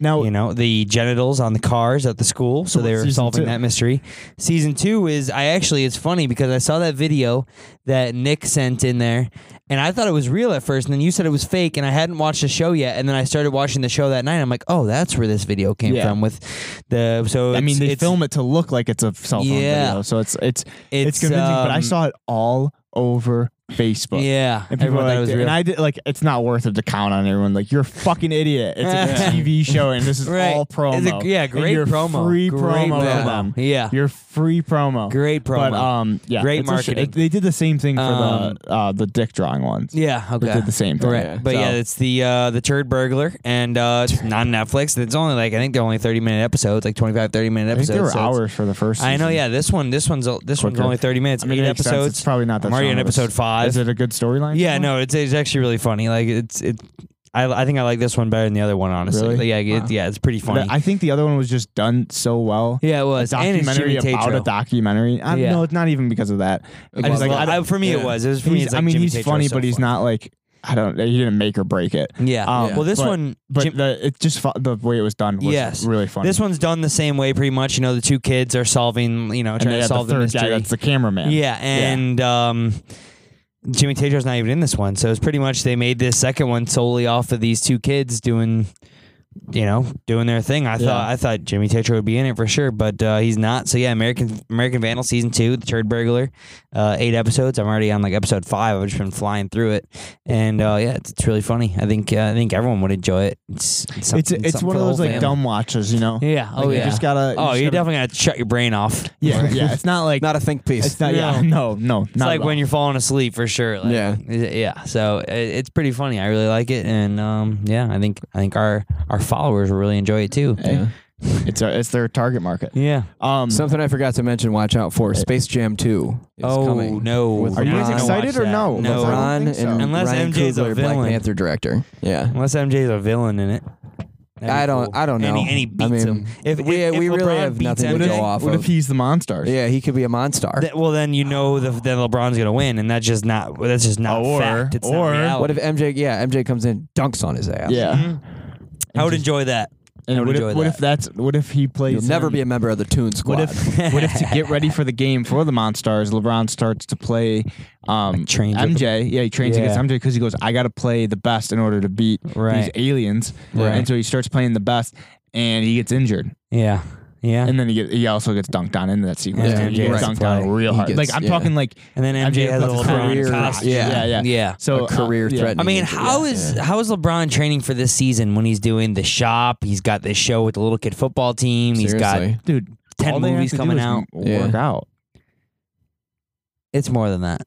Now,
you know, the genitals on the cars at the school. So
So
they
what's
were
Oh. season
solving
two?
that mystery. Season two is I actually it's funny because I saw that video that Nick sent in there, and I thought it was real at first, and then you said it was fake, and I hadn't watched the show yet, and then I started watching the show that night. I'm like, oh, that's where this video came
Yeah.
from with the. So
I mean,
it's-
they
it's,
film it to look like it's a cell phone
Yeah.
video, so it's it's
It's,
it's, convincing. but I
um,
saw it all over Facebook.
Yeah,
And people
everyone
were
thought
like,
it was real.
and I did like it's not worth it to count on everyone. Like you're a fucking idiot. It's a TV show and this is
Right.
all
It's a-
promo.
yeah,
And
great
you're
promo.
Free
Great
promo.
promo.
for them.
Yeah.
You're free promo.
Great
But
promo.
um, yeah,
Great
it's a sh-
marketing.
it- they did the same thing for
Um,
the uh the dick drawing ones.
Yeah, okay.
They did the same thing.
Right.
Yeah.
But yeah,
So-
it's the uh, the turd burglar, and uh, it's not Netflix. It's only like I think they're only thirty minute episodes, like 25, 30 minute
I think
episodes.
there were
so it's-
hours for the first.
I know.
season.
Yeah, this one, this one's this one's
Quicker.
only thirty minutes,
I mean, it
eight
makes sense.
episodes.
It's probably not that.
I'm already
strong
on
of a s-
episode five.
Is it a good storyline?
yeah,
for
no, it's it's actually really funny. Like it's it. I, I think I like this one better than the other one, honestly.
Really?
Like, yeah, it,
Wow.
yeah, it's pretty
them?
funny.
I think the other one was just done so well.
yeah, it
A
was. And it's
documentary
Jimmy
about a
Tatro.
documentary. I,
Yeah.
No, it's not even because of that. I just, like, I don't-
I- for me, it
yeah.
was. It was for me.
He's-
It's
I
like
mean,
Jimmy
he's
Tatro's
funny,
so
but he's
funny.
not like I don't. He didn't make or break it.
Yeah.
Um,
Well, this
but-
one,
But
Jim-
the it just fu- the way it was done was
Yes.
really funny.
This one's done the same way, pretty much. You know, the two kids are solving, you know,
and
trying
they
to
had
solve
the
the,
third
mystery.
guy. That's the cameraman.
yeah, and um, Jimmy Tatro's not even in this one, so it's pretty much they made this second one solely off of these two kids doing you know, doing their thing. I thought
Yeah.
I thought Jimmy Tetra would be in it for sure, but uh, he's not. So yeah, American American Vandal season two, the turd burglar, uh, eight episodes. I'm already on like episode five. I've just been flying through it, and uh, yeah, it's, it's really funny. I think uh, I think everyone would enjoy it. It's it's,
It's
something-
it's
something
one
for
of
the
those
whole
like
family.
dumb watches, you know.
Yeah. Oh
Like,
yeah.
You just gotta.
oh,
you
you're
just gotta-
definitely gonna shut your brain off.
Yeah, yeah. It's not like
Not a think piece.
It's not. Yeah, no, no.
It's like when you're falling asleep for sure. Like,
Yeah.
yeah. So it, it's pretty funny. I really like it, and um, yeah, I think I think our our followers will really enjoy it too.
Hey, it's our, it's their target market.
Yeah.
Um,
Something I forgot to mention. Watch out for Space Jam Two. Is
oh
coming.
no!
With
Are you guys
Not
Ron-
gonna
excited
watch
or
that.
no?
With
No. I
No.
don't
Ron
think so.
and
Unless
Ryan
MJ 's a
Coogler, Black
villain.
Panther director. Yeah.
Unless MJ's a villain in it. That'd be
I don't-
cool.
I don't
And he,
know.
and he
I
beats
mean,
him. If
we-
if, if
we really
LeBron
have
beats
nothing
what
to
MJ,
if,
go off
what
of-
if he's the monster?
Yeah, he could be a monster.
that- well, then you know the, that LeBron's gonna win, and that's just not well, that's just not
Or-
fact. It's
or-
not reality.
What if MJ? Yeah, MJ comes in, dunks on his ass.
Yeah.
Mhm. I would enjoy that. I
And
would
what
enjoy
if, what
that.
if that's what if he plays?
You'll never
him?
be a member of the Toon Squad.
What if what if to get ready for the game for the Monstars, LeBron starts to play um,
trains with
MJ? Yeah, he trains
Yeah.
against MJ because he goes, I got to play the best in order to beat
Right.
these aliens.
Right.
And so he starts playing the best, and he gets injured,
Yeah. Yeah.
and then he get, he also gets dunked on in that sequence.
Yeah,
too. he
MJ
gets
has to
dunked
play.
on real
He
hard.
gets-
like I'm
yeah.
talking like
And then MJ, has a
puts his
LeBron
career-
costume.
Yeah, yeah, yeah.
Yeah.
So
a career
uh, yeah.
threatening?
I mean,
injury.
how
Yeah.
is how is LeBron training for this season when he's doing the shop? He's got this show with the little kid football team. He's got
Seriously.
dude,
ten
all they have
movies
to do
coming
is
out.
Work out.
It's more than that.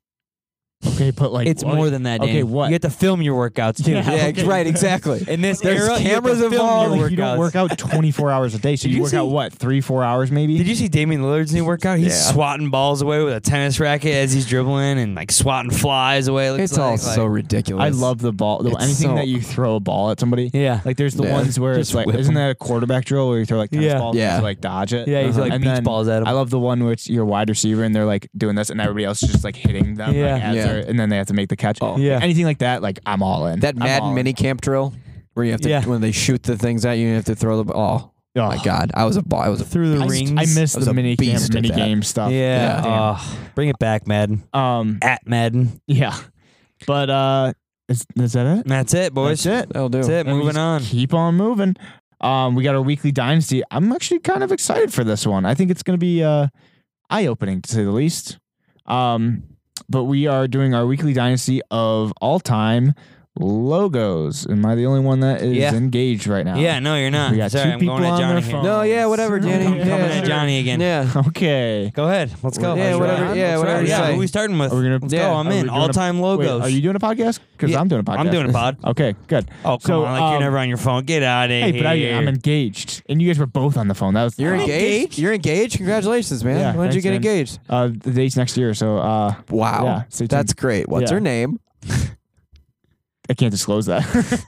Okay, but like
It's
what?
more than that.
okay,
Danny.
what?
You have to film your workouts too.
Yeah,
Yeah,
okay.
right. Exactly.
In this
There's
era, you have to
cameras
film your
involved.
Oh, Like, you don't
workouts.
work out 24 hours a day, so
Did
you,
you
work
see-
out what three, four hours maybe.
Did you see Damian Lillard's new workout? He's
Yeah.
swatting balls away with a tennis racket as he's dribbling and like swatting flies away. it looks
It's all
like.
so
Like,
ridiculous.
I love the ball. The,
It's
anything
so-
that you throw a ball at somebody.
yeah,
Like there's the
Yeah.
ones where
Just
it's like,
whip
isn't that a quarterback drill where you throw like tennis
Yeah.
balls and
Yeah.
you like dodge it?
yeah, he's
Uh-huh.
like
And
beach
then
balls at him.
I love the one where it's your wide receiver and they're like doing this and everybody else is just like hitting them.
Yeah.
Like, as
Yeah.
they're- And then they have to make the catch.
Oh.
Yeah.
Anything like that, like I'm all in.
that
I'm
Madden
all in.
mini camp drill where you have to
Yeah.
when they shoot the things at you, you have to throw the ball.
Oh,
Oh my god, I was a ball. I was a
through the
I,
rings.
I miss
I was
the
a
mini camp,
beast at
mini
that.
game stuff.
Yeah,
Yeah.
Ugh. bring it back, Madden.
Um.
At Madden.
Yeah. But uh, is is that it?
And that's it, boys.
That's it.
that'll do.
That's it.
And we
Moving
just
on.
Keep on moving. Um, we got our weekly dynasty. I'm actually kind of excited for this one. I think it's going to be uh, eye opening to say the least. Um, but we are doing our weekly dynasty of all time logos. Am I the only one that is
Yeah.
engaged right now?
Yeah, no, you're not.
We got
Sorry,
two
I'm
people
going at
on
Johnny.
their
here.
phone.
No, yeah, whatever,
Sure.
Danny.
I'm coming
yeah.
at Johnny again.
Yeah.
Okay.
Go ahead. Let's go.
Yeah,
Let's
whatever-
rock.
yeah,
Let's
whatever
rock.
you
Yeah,
say.
who we starting with?
Are we gonna-
Let's
Yeah.
go. I'm
Are we
in.
doing a-
All time
Wait,
logos.
are you doing a podcast? Because
Yeah.
I'm doing a podcast.
I'm doing a pod.
Okay, good.
Oh, come
So,
on. Like, you're
um,
never on your phone. Get out of
Hey,
here.
but I, I'm engaged, and you guys were both on the phone. That was
You're
Oh.
engaged?
engaged?
You're engaged. Congratulations, man.
Yeah,
when did you
thanks,
get
man.
engaged?
Uh, the date's next year, so uh,
Wow.
Yeah, stay tuned.
That's great. What's
Yeah.
her name?
I can't disclose that.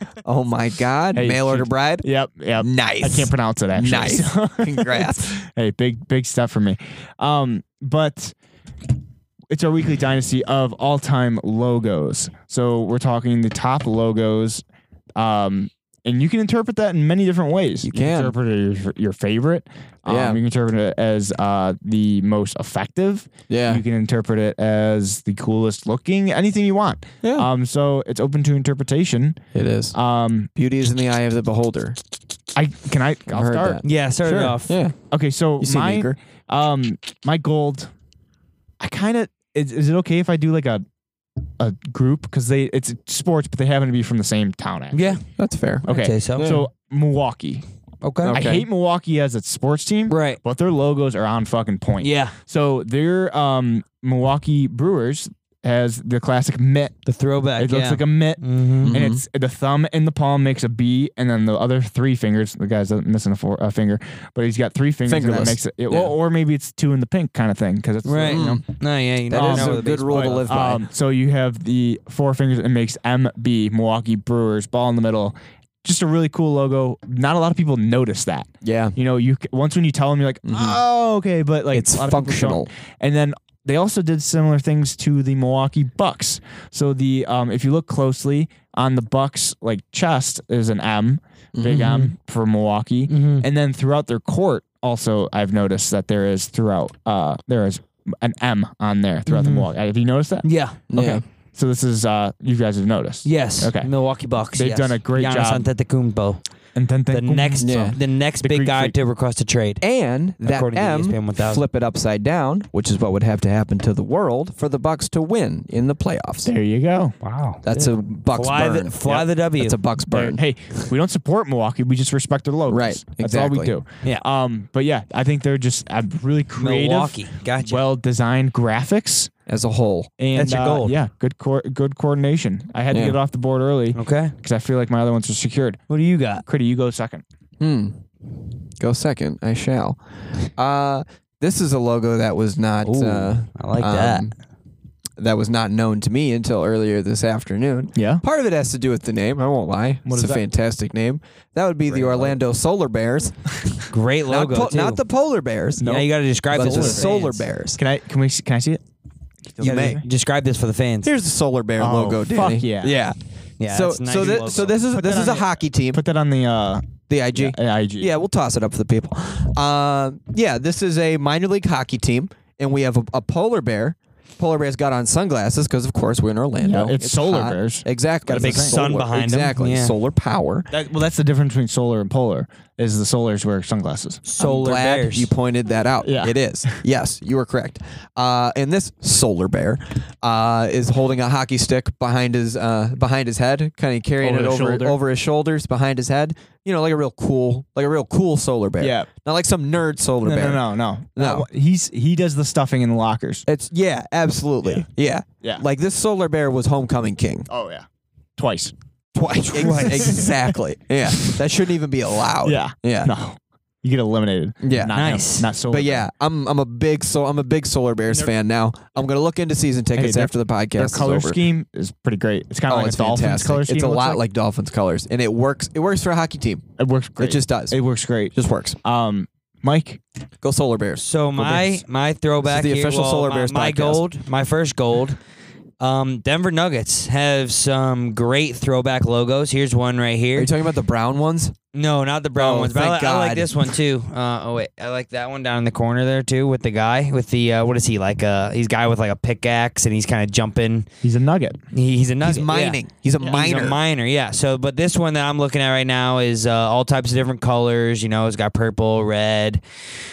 Oh my god.
Hey,
Mail order
she-
bride.
yep, yep.
Nice.
I can't pronounce it actually.
Nice.
so-
Congrats.
hey, big big stuff for me. Um, but it's our weekly dynasty of all time logos. So we're talking the top logos. Um, and you can interpret that in many different ways. You
can.
interpret it as your, your favorite. Um,
Yeah.
You can interpret it as uh, the most effective.
yeah.
You can interpret it as the coolest looking. Anything you want.
Yeah.
Um, so it's open to interpretation.
it is.
Um,
Beauty is in the eye of the beholder.
I can I. I'll
heard
start.
that.
Yeah, start it
Sure.
off.
Yeah.
Okay, so
You seem
my
eager.
um my gold. I kind of is, is it okay if I do like a a group because they it's sports but they happen to be from the same town. Actually.
Yeah.
That's fair.
Okay.
Okay, so.
So Milwaukee.
Okay.
I hate Milwaukee as a sports team,
Right.
but their logos are on fucking point.
Yeah.
So their um Milwaukee Brewers has the classic mitt.
The throwback.
It looks
yeah.
like a mitt. and
Mm-hmm.
it's the thumb and the palm makes a B, and then the other three fingers. The guy's missing a, four, a finger, but he's got three fingers, and
Fingerless.
that makes it. it well,
Yeah.
or maybe it's two in the pink kind of thing because it's
Right.
Mm.
You know,
No, yeah, you
That
don't
is
know
a
the
good rule to
baseball-
live by.
um, so you have the four fingers. It makes MB Milwaukee Brewers ball in the middle. Just a really cool logo. Not a lot of people notice that.
yeah.
You know, you c- once when you tell them, you're like,
Mm-hmm.
oh, okay, but like
It's
a lot of people don't.
functional.
And then they also did similar things to the Milwaukee Bucks. So the um, if you look closely on the Bucks like chest is an M, big
Mm-hmm.
M for Milwaukee, and then throughout their court also I've noticed that there is throughout uh there is an M on there throughout the Milwaukee. Have you noticed that?
Mm-hmm. Yeah.
Yeah.
Okay. So this is uh you guys have noticed.
Yes.
Okay.
Milwaukee Bucks.
They've
yes.
done a great
Giannis
job.
Antetokounmpo.
and then
the next
Yeah.
the next
The
big
Greek
guy
freak.
to request a trade.
And that
According to
E
ESPN
M
1000.
flip it upside down, which is what would have to happen to the world for the Bucks to win in the playoffs.
There you go.
Wow,
That's a Bucks
fly
burn.
the fly the W.
That's a Bucks burn.
Hey, we don't support Milwaukee. We just respect their logos.
Right,
That's all we
exactly.
do.
Yeah.
Um. But yeah, I think they're just uh, really creative,
Milwaukee. Gotcha.
well designed graphics.
as a whole.
And
That's your
uh,
goal.
yeah, good cor- good coordination. I had
Yeah.
to get it off the board early
okay.
because I feel like my other ones are secured.
What do you got?
Critty, you go second.
Hmm. Go second. I shall. Uh, this is a logo that was not.
Ooh,
uh,
I like that.
That was not known to me until earlier this afternoon.
Yeah.
Part of it has to do with the name. I won't lie.
What is
it's a
that?
fantastic name. That would be the Orlando Solar Bears.
Great
Not,
logo
po-
too.
not the polar bears.
Now you got to describe
but
this for
the
the
solar
fans.
bears.
Can I? Can we? Can I see it?
You may.
Describe this for the fans.
Here's the solar bear
Oh,
logo,
fuck
Danny.
yeah.
Yeah.
Yeah.
so
that's a nice
so, thi-
logo.
so this is
Put
this
that
is a
on your-
hockey team.
Put that on the uh,
the IG.
yeah, IG.
Yeah, we'll toss it up for the people. Uh, yeah, this is a minor league hockey team, and we have a, a polar bear. Polar bear's got on sunglasses because, of course, we're in Orlando.
Yeah, it's solar
hot.
bears.
Exactly.
Got a big
It's
sun
solar-
behind 'em.
Exactly.
Yeah.
Solar power.
That, well, that's the difference between solar and polar. Is the solars wear sunglasses?
solar
Glad
bears.
you pointed that out.
Yeah.
It is. Yes, you were correct. Uh, and this solar bear uh, is holding a hockey stick behind his uh, behind his head, kind of carrying
Over
it
his
over
shoulder.
over his shoulders, behind his head. You know, like a real cool, like a real cool solar bear.
Yeah.
Not like some nerd solar
No,
bear.
no, no, no,
No.
He's he does the stuffing in the lockers.
It's yeah, absolutely. Yeah.
Yeah.
Like this solar bear was homecoming king.
Oh yeah, twice.
Twice. exactly. Yeah. That shouldn't even be allowed.
Yeah.
Oh, Yeah.
No, you get eliminated.
Yeah.
Not him.
Nice.
Not solar.
But yeah, I'm I'm a big so I'm a big Solar Bears fan now. I'm gonna look into season tickets
their-
after the podcast.
Their
is
color
over.
scheme is pretty great. It's kind of
Oh,
like
it's
a Dolphins
fantastic.
color scheme.
it's a
it looks
lot like. Dolphins colors, and it works. It works for a hockey team.
it works great.
It just does.
it
It
works great.
just works.
Um, Mike.
Go Solar Bears.
So my
Bears.
my throwback
This is the
here-
official
well,
Solar
my,
Bears
My
podcast.
gold, my first gold. Um, Denver Nuggets have some great throwback logos. Here's one right
Are
here.
you talking about the brown ones?
no, not the brown
Oh,
ones, but I,
thank
li- I like
God.
this one too. Uh, oh wait, I like that one down in the corner there too with the guy with the uh, what is he like? Uh, he's guy with like a pickaxe and he's kind of jumping.
He's a nugget.
He, he's a nugget.
He's
yeah.
mining. He's a
He's
miner.
a minor, yeah. So, but this one that I'm looking at right now is uh, all types of different colors. You know, it's got purple, red,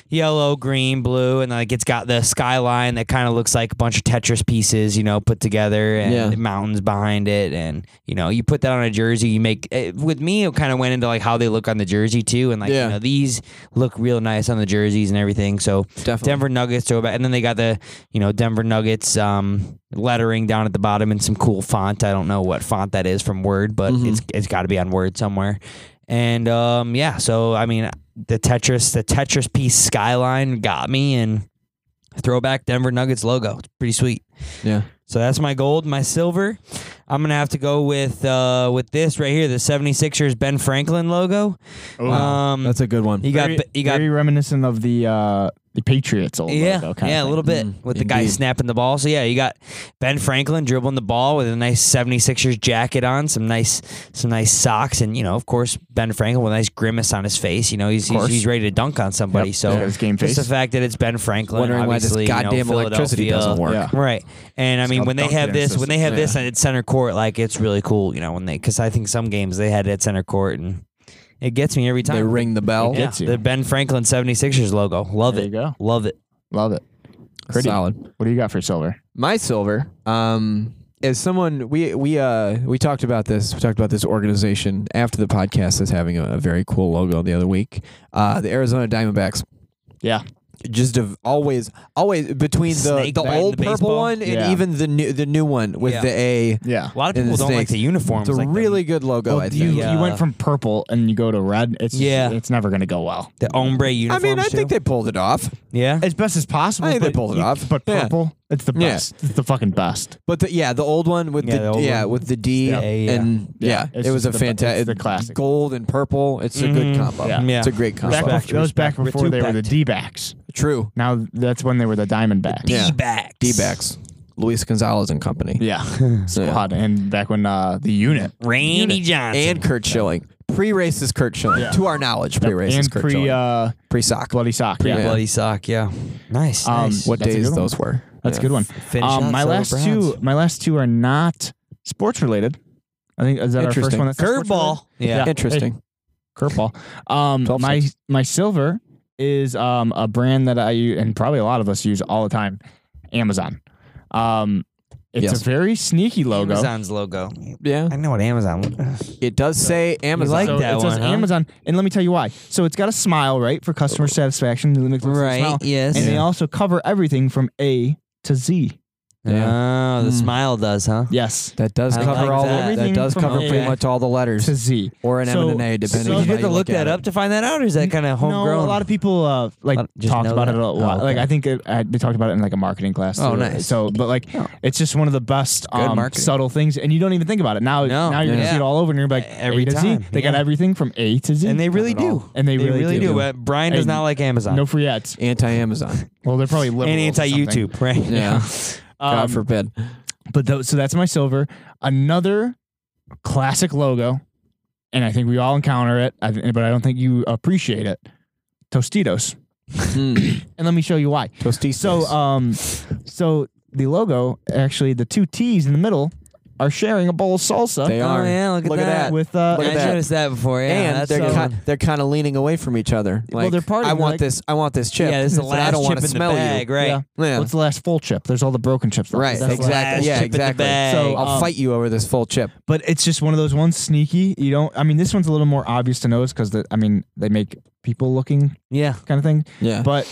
yellow, green, blue, and like it's got the skyline that kind of looks like a bunch of Tetris pieces, you know, put together, and
Yeah.
mountains behind it, and you know, you put that on a jersey. You make it, with me, it kind of went into like how they look on the jersey too, and like
Yeah.
you know, these look real nice on the jerseys and everything. So,
Definitely.
Denver Nuggets to about, and then they got the you know Denver Nuggets um, lettering down at the bottom in some cool font. I don't know what font that is from Word, but
Mhm.
it's it's got to be on Word somewhere. And um, yeah, so I mean the Tetris the Tetris piece skyline got me and throwback Denver Nuggets logo. It's pretty sweet.
Yeah.
So that's my gold, my silver. I'm gonna have to go with uh, with this right here, the 76ers Ben Franklin logo. um,
Oh, That's a good one.
you got
very,
you got
very reminiscent of the uh the Patriots old
yeah,
logo kind
yeah,
of
a
thing.
little bit
Mm,
with the guy
indeed.
snapping the ball. So yeah, you got Ben Franklin dribbling the ball with a nice 76ers jacket on, some nice some nice socks, and you know, of course, Ben Franklin with a nice grimace on his face. You know, he's he's,
course.
he's ready to dunk on somebody.
Yep.
So
Yeah, his game
just the
face.
fact that it's Ben Franklin,
Wondering why this
obviously, you know,
goddamn electricity
Philadelphia,
doesn't work.
Yeah.
Right, and I mean
called
when they
dunking
have this, when they have
assistance.
this at center court, like it's really cool, you know. When they, because I think some games they had it at center court, and it gets me every time.
They ring the bell.
It
yeah,
gets you.
the Ben Franklin 76ers logo, love
There
it,
you go.
love it.
Love it. Pretty.
Solid.
What do you got for silver?
my silver um as someone we we uh we talked about this we talked about this organization after the podcast as having a, a very cool logo the other week uh the arizona diamondbacks
Yeah.
just of always always between the
Snake
the
bite in
old
the
purple
baseball?
one and
Yeah.
even the new the new one with
Yeah.
the a
Yeah.
A lot of
And
people
the
don't like
snakes.
the uniforms.
it's a
like the-
really good logo
Well,
Oh, i think uh,
you,
Yeah.
you went from purple and you go to red. It's
Yeah.
it's never gonna go well.
the ombre
i
uniforms.
mean i
too.
think they pulled it off
yeah.
As best as possible.
I think they
but
pulled it
you-
off.
But
Yeah.
purple, it's the
Yeah.
best. It's the fucking best.
But the, yeah, the old one with
Yeah, the
the,
old
yeah
one.
with the D
Yeah, yeah, yeah.
and yeah,
It's
it was a
just the- it's
fantastic
the classic.
gold and purple. It's a
Mhm.
good combo.
Yeah.
Yeah.
It's a great combo.
Back
Respect,
before, that was back
respect.
before they were the
Respect.
D backs.
True.
Now that's when they were the diamond backs.
Yeah.
D-backs.
D backs, Luis Gonzalez and company.
Yeah.
So, yeah.
Hot. And back when uh, the unit
Randy Johnson.
And Kurt Schilling, pre-racist Kurt Schilling,
Yeah.
to our knowledge, pre-racist
and
Kurt
pre
Schilling,
uh,
pre-sock.
bloody sock.
Pre-
yeah.
yeah.
Bloody sock. Yeah. Nice.
Um,
nice.
What
That's a
days
good one.
those were?
That's
Yeah.
a good one.
Finish
Um,
out
my
Silver
last
Browns.
two my last two are not sports related. I think is that our first
Interesting.
one that's not sports
Curveball.
related?
Yeah.
Hey,
Interesting.
curveball. Um,
12
my
cents.
my silver is um a brand that I use, and probably a lot of us use all the time, Amazon. Um, it's
Yes.
a very sneaky logo.
Amazon's logo.
Yeah.
I know what Amazon.
It does say Amazon.
like
so
that
it says
one, huh?
Amazon, and let me tell you why. So it's got a smile, right, for customer satisfaction. It makes them smile.
Yes.
And they
Yeah.
also cover everything from A to Z.
Oh, the
Mm.
smile does, huh?
Yes,
that does
I
cover
like
all
that.
that.
Everything
does
from
cover
A
pretty much all the
to
letters
Z.
or an
So-
M and an A
so-
depending
Did
on
you
how
have to look
at
that
it.
up to find that out, or is that kind of homegrown?
No, a lot of people uh, like
Uh, just
talked
know
about
that?
it a lot.
Oh,
Like
okay.
I think it, I, they talked about it in like a marketing class.
Oh,
too.
nice.
So, but like
Yeah.
it's just one of the best um,
marketing.
subtle things, and you don't even think about it. Now,
No,
now you're gonna
yeah.
see it all over, and you're like
Uh, every
A to Z.
time,
They got
yeah.
everything from A to Z,
and they really
Not at all.
do.
and they,
They really do. But Brian does
And
not like Amazon
No free ads.
Anti Amazon.
Well, they're probably liberals
and
or
anti
something.
YouTube, right?
Yeah. God
Um,
forbid.
But tho- so that's my silver. Another classic logo, and I think we all encounter it, I th- but I don't think you appreciate it. Tostitos,
Mm.
and let me show you why.
Tostitos.
So, um, so the logo actually, the two T's in the middle are sharing a bowl of salsa
They
Oh
are.
yeah, look at
Look at
that.
that.
with uh,
Look
I
at that.
noticed that before. Yeah,
and
that's uh,
they're
so-
ki- they're kind of leaning away from each other.
Well,
Like,
they're partying,
I want
like-
this. I want this chip.
Yeah, this is the
but I
last
don't
chip
want
in
to
the
smell
bag,
you.
right?
Yeah.
Yeah.
What's the last full chip? There's all the broken chips. left.
Right,
That's the
exactly.
last-
Last
Yeah,
chip In the
exactly.
bag.
So,
I'll
Um,
fight you over this full chip.
But it's just one of those ones sneaky. You don't. I mean, this one's a little more obvious to notice because I mean they make people looking
yeah,
kind of thing.
Yeah.
But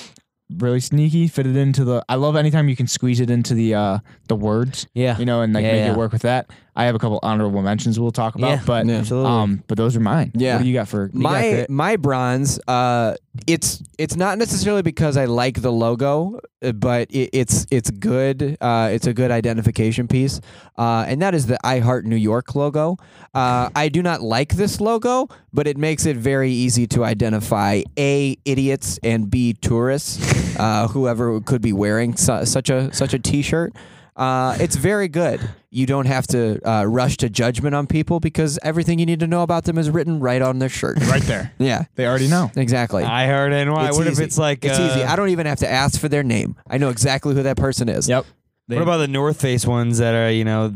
really sneaky, fit it into the. I love anytime you can squeeze it into the uh the words,
yeah,
you know, and like
Yeah,
make
yeah.
it work with that. I have a couple honorable mentions we'll talk about,
Yeah.
but
Yeah.
absolutely.
um, but those are mine.
Yeah.
What do you got for you got
my
Crit?
my bronze uh it's it's not necessarily because i like the logo uh, but it, it's it's good uh it's a good identification piece uh and that is the i heart new york logo uh i do not like this logo but it makes it very easy to identify a idiots and b tourists uh whoever could be wearing su- such a such a t-shirt uh, it's very good. You don't have to uh, rush to judgment on people because everything you need to know about them is written right on their shirt.
right there.
Yeah,
They already know.
exactly.
I heard NY.
It's
Uh, What if
easy.
it's like
it's
uh,
easy. I don't even have to ask for their name. I know exactly who that person is.
Yep.
What about the North Face ones that are you know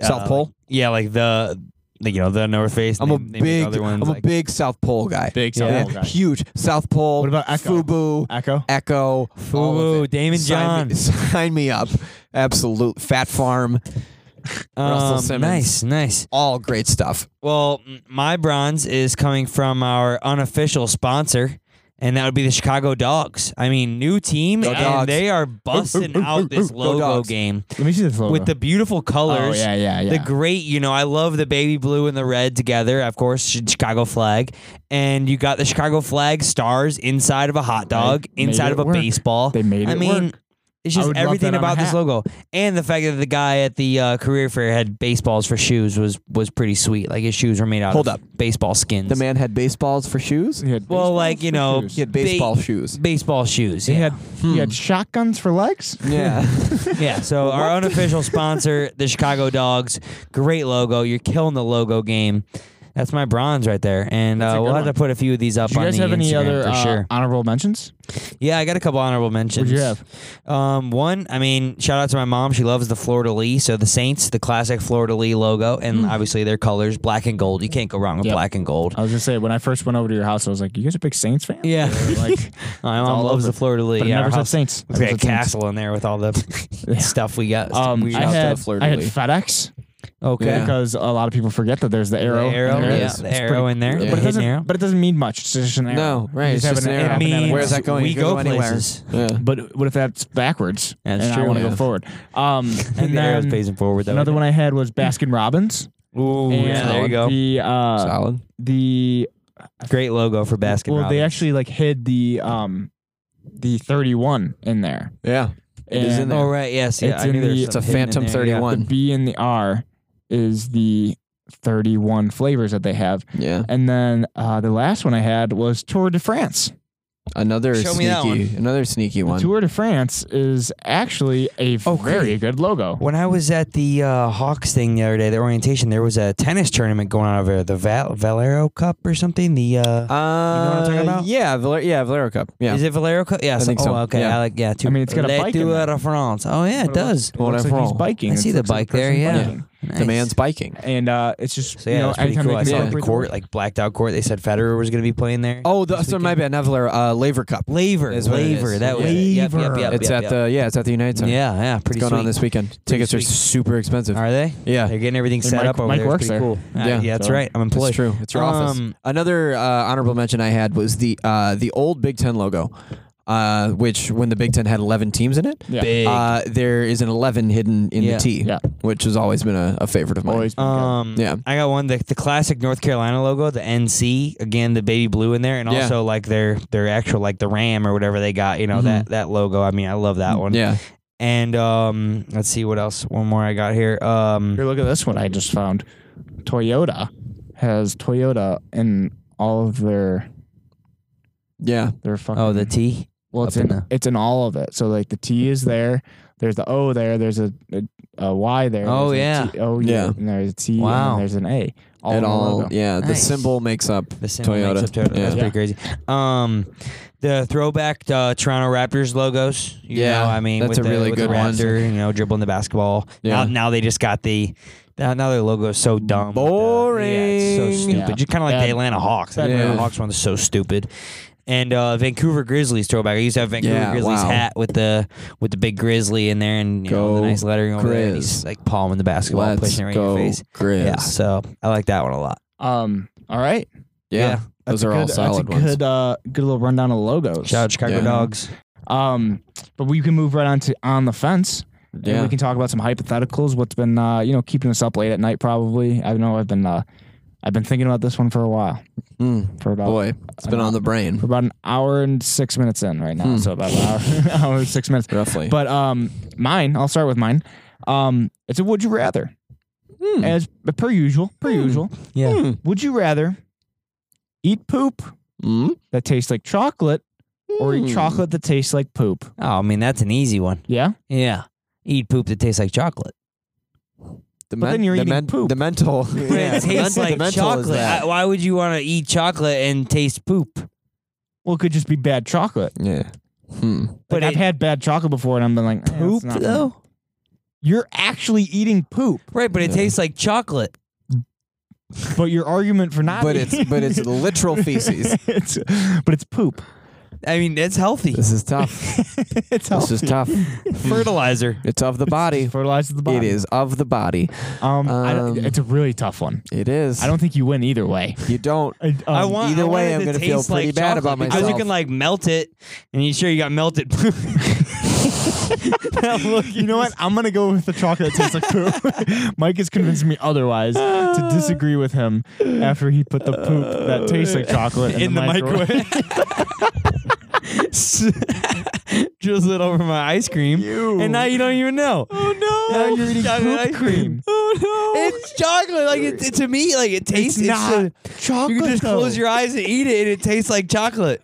South
uh,
Pole?
Yeah, like the, the you know the North Face.
I'm
they-
a
they make
big.
other ones
I'm
like,
a big South Pole guy.
Big
South
Yeah.
Pole guy.
Huge South Pole.
What about Echo?
Fubu?
Echo.
Echo. all of
Fubu,
it.
Damon
Sign
John.
me- sign me up. Absolute Fat Farm. Russell
um, Nice,
Simmons.
nice.
All great stuff.
Well, m- my bronze is coming from our unofficial sponsor, and that would be the Chicago Dogs. I mean, new team,
Go
and
Dogs.
they are busting out this
Go
logo
Dogs.
game
Let me see this logo.
with the beautiful
oh
colors.
yeah yeah yeah.
The great, you know, I love the baby blue and the red together, of course, Chi- Chicago flag. And you got the Chicago flag stars inside of a hot dog,
made
inside
it
of a
work.
baseball.
They made
I
it
mean,
work. I
it's just
would love
everything
that on a
about this
hat.
logo, and the fact that the guy at the uh, career fair had baseballs for shoes was was pretty sweet. Like his shoes were made out
Hold
of
up.
baseball skins.
The man had baseballs for shoes.
He had
well, like
baseballs
you
for
know,
shoes.
He had baseball
Ba-
shoes.
baseball shoes.
He
yeah. Hmm.
had he had shotguns for legs.
Yeah.
yeah. So our unofficial sponsor, the Chicago Dogs, great logo. You're killing the logo game. That's my bronze right there, and
That's
uh,
a good
we'll have
one.
to put a few of these up.
Do you
on
guys
the
have any
Instagram
other
for
uh,
sure?
honorable mentions?
Yeah, I got a couple honorable mentions.
What'd you have?
Um, one, I mean, shout out to my mom. She loves the Florida Lee. So the Saints, the classic Florida Lee logo, and obviously their colors, black and gold. You can't go wrong with
Hmm. Yep. Uh,
black and gold.
I was gonna say when I first went over to your house, I was like, "You guys are big Saints fan."
Yeah.
They were Like,
my mom
all
loves
over.
the Florida Lee.
but
yeah,
I never
our
said
house-
Saints. Never
It's got a
said Saints.
castle in there with all the stuff we got.
Um,
We
I
got-
to
had
the Fleur
I had
de Lis.
FedEx
okay.
Yeah.
because a lot of people forget that there's the
The
arrow.
arrow,
in there.
yeah,
It's-
the
it's
arrow
pretty-
in there.
Yeah.
But it
Hidden arrow.
doesn't. But it doesn't mean much. It's just an arrow.
No, right,
You
it's
have
just
an
an
arrow.
arrow.
It means
Where's that going?
we
You can go
go
anywhere.
places.
yeah.
But what if that's backwards?
That's
and I
true.
want to
Yeah.
go forward. Um, and
And the arrow's
then
facing forward. Though,
another one I had was Baskin Robbins.
Ooh,
and
yeah, there you go.
The uh,
Solid.
the
Great logo for Baskin.
well, they
Robbins.
actually like hid the um the 31 in there.
Yeah. It is
And
in there.
Oh right, yes, yeah.
It's
I
in
knew there was
the-
It's a
something hidden in
Phantom
there, yeah.
31.
The B and the R is the 31 flavors that they have.
Yeah.
And then uh, the last one I had was Tour de France.
Another
Show me
sneaky,
that
another sneaky one.
Tour de France is actually a
Oh,
very
great.
good logo.
When I was at the uh, Hawks thing the other day, the orientation, there was a tennis tournament going on over there, the Val- Valero Cup or something. The uh,
Uh,
what I'm talking about?
Yeah, Valer- yeah, Valero Cup. Yeah.
is it Valero Cup? Yeah,
I think so,
Oh, okay,
yeah.
I like yeah. Too,
I mean, it's got a bike in
Tour
there.
de France. Oh yeah, it
But looks-
does.
It looks like he's biking.
I see
It
the
looks like
bike there,
a person
yeah.
biking.
Nice.
The man's biking.
and uh, it's just
So yeah,
you know
that's pretty
anytime
cool.
they
I
can
saw the
incorporate
court, like blacked out court. They said Federer was going to be playing there.
Oh, the,
this
sorry, my
weekend.
bad, not Valera. Uh, Laver Cup.
Laver,
Is what it
Laver,
is.
that was it. Yep, yep,
Laver.
yep,
it's
yep,
at the yeah, it's at the United
yep.
Center.
yeah, yeah, pretty
it's going
sweet.
on this weekend. Tickets are
sweet.
super expensive.
Are they?
Yeah,
They're getting everything
And
set
Mike-
up over
Mike
there. It's
works
pretty
there.
Cool. Uh,
Yeah.
yeah, that's
So-
right. I'm
That's
employed.
true. It's your office.
Um,
Another uh, honorable mention I had was the uh, the old Big Ten logo, uh, which when the Big Ten had eleven teams in it,
Yeah.
Big.
uh, there is an eleven hidden in
Yeah.
the T,
Yeah.
which has always been a, a favorite of mine.
Always been good.
Um,
Yeah.
I got one the, the classic North Carolina logo, the NC again, the baby blue in there, and
Yeah.
also like their their actual like the Ram or whatever they got. You know that that logo. I mean, I love that one.
Mm-hmm. Mm, Yeah,
And um, let's see what else. One more I got here. Um,
Here, look at this one I just found. Toyota has Toyota in all of their
yeah,
their fucking.
oh, the T.
well, it's
up
in
in the-
it's in all of it. So like the T is there. There's the O there. There's a, a, a Y there.
Oh,
there's a T- O
Yeah.
yeah. And there's a T.
Wow.
And there's an A. All in
and
the
all.
logo.
Yeah, the
Nice.
symbol makes up.
The symbol makes
Toyota.
up Toyota.
Yeah.
That's pretty crazy. Um, the throwback uh, Toronto Raptors logos. You
Yeah,
know, I mean, with
that's a
the-
really
with the
good one.
Raptor, You know, dribbling the basketball.
Yeah.
Now, now they just got the. Now now their logo is so dumb. with the- yeah,
Boring.
it's so stupid.
Yeah.
Just kind of like
Bad-
the Atlanta Hawks. The
bad
Atlanta
move.
Hawks one is so stupid. And uh, Vancouver Grizzlies throwback. I used to have Vancouver
Yeah,
Grizzlies
wow.
hat with the with the big grizzly in there and you know, the
Go
nice lettering over there. And he's
Grizz.
like palming the basketball, and
Let's
pushing it right in your
go,
face.
Grizz.
Yeah, so I like that one a lot.
Um. All right.
Yeah,
Yeah.
That's
those
a
are all
good-
solid
That's a
ones.
good uh good little rundown of logos.
Shout out Chicago
Yeah.
Dogs.
Um. But we can move right on to on the fence. and
Yeah.
we can talk about some hypotheticals. What's been uh you know keeping us up late at night probably. I know I've been uh I've been thinking about this one for a while.
Mm,
For about
boy, it's been on the brain
We're about an hour and six minutes in right now. So about an hour, hour and six minutes.
roughly.
But um, mine. I'll start with mine. Um, it's a would you rather,
Hmm.
as per usual. Per usual.
Yeah.
Would you rather eat poop
Mm.
that tastes like chocolate, or eat
Hmm.
chocolate that tastes like poop?
Oh, I mean, that's an easy one.
Yeah.
Yeah. Eat poop that tastes like chocolate.
The
But then you're
the
eating poop.
The mental.
But
Yeah,
it
the men-
tastes
the
like
mental is
chocolate.
that.
I- why would you want to eat chocolate and taste poop?
Well, it could just be bad chocolate.
yeah. Hmm.
But
But
I've
it-
had bad chocolate before, and I've been like, eh, it's
Poop,
not-
though?
You're actually eating poop,
Right, but it
Yeah.
tastes like chocolate.
but your argument for not.
But it's but it's literal feces.
it's but it's poop.
I mean, it's healthy.
This is tough.
it's
This is
healthy.
tough.
Fertilizer.
It's of the body.
fertilizes the body.
It is of the body.
Um, I don't-
Um,
it's a really tough one.
It is.
I don't think you win either way.
You don't.
I, um,
I want
either
I want
way,
it
I'm
to
gonna feel
taste
pretty
like
bad about
chocolate Because
myself.
you can like melt it, and you sure you got melted poop. Now look,
You know what? I'm gonna go with the chocolate that tastes like poop. Mike has convinced me otherwise to disagree with him after he put the poop that tastes like chocolate in,
in the microwave. Drizzle it over my ice cream, and now you don't even know.
Oh no! Now you're eating
Chocolate
poop
ice
cream.
cream.
Oh
It's chocolate. Like it, it- to me, like it
It's,
tastes. it's
not
a-
chocolate.
you can just
though.
close your eyes and eat it, and it tastes like chocolate.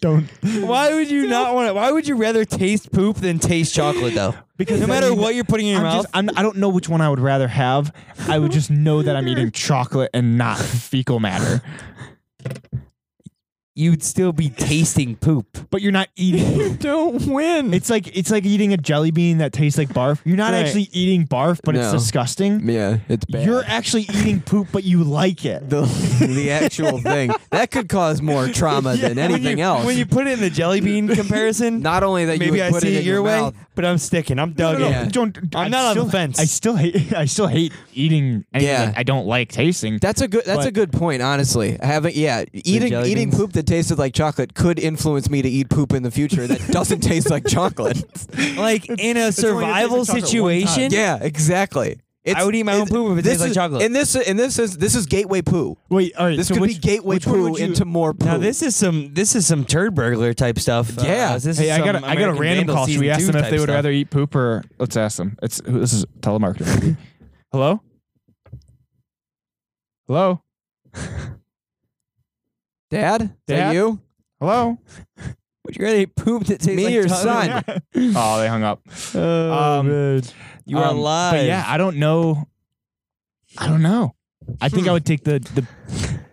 Don't.
Why would you not want it? Why would you rather taste poop than taste chocolate, though?
Because
no
then
matter
you-
what you're putting in your
I'm
mouth,
just, I'm, I don't know which one I would rather have. I would just know that I'm eating chocolate and not fecal matter.
you'd still be tasting poop.
But you're not eating poop.
don't win.
It's like it's like eating a jelly bean that tastes like barf. You're not
Right.
actually eating barf, but it's
No.
disgusting.
yeah, it's bad.
You're actually eating poop, but you like it.
the the actual thing that could cause more trauma than
When
anything
you-
else.
When you put it in the jelly bean comparison,
Not only that
maybe
you would
I
put
see
it
it,
in
your, way,
mouth.
but I'm sticking. I'm dug
no,
in.
no. Yeah.
Don't,
I'm not on
still,
the fence.
I still hate. I still hate eating. Anything
Yeah.
I don't like tasting.
That's a good. That's
But-
a good point. Honestly, having yeah, eating
jelly
eating
beans?
poop that tasted like chocolate could influence me to eat poop in the future that doesn't taste like chocolate.
Like in
only
a
if it
survival
tastes like chocolate one time.
situation,
Yeah, exactly. It's,
would eat my own
it's-
poop if it
this
tastes like
is-
chocolate.
And this and this is this is gateway poo.
Wait, all right.
This
so
could
which,
be gateway
which one
poo
would you-
into more poo.
Now this is some this is some turd burglar type stuff. Uh,
Yeah.
this
Hey,
is
I got
some
a, I got a
American
random
Vandal
call. Should
season
we ask
two
them if
type
they would
stuff.
rather eat poop or let's ask them. It's who- this is a telemarketer. maybe. Hello. Hello.
Dad, is
Dad?
that you?
Hello.
Would you rather eat poop that tastes
Me
like Oh,
or
chocolate?
son?
oh, they hung up. Um,
You are
Um,
alive. Hmm.
But yeah, I don't know. I don't know. I think I would take the the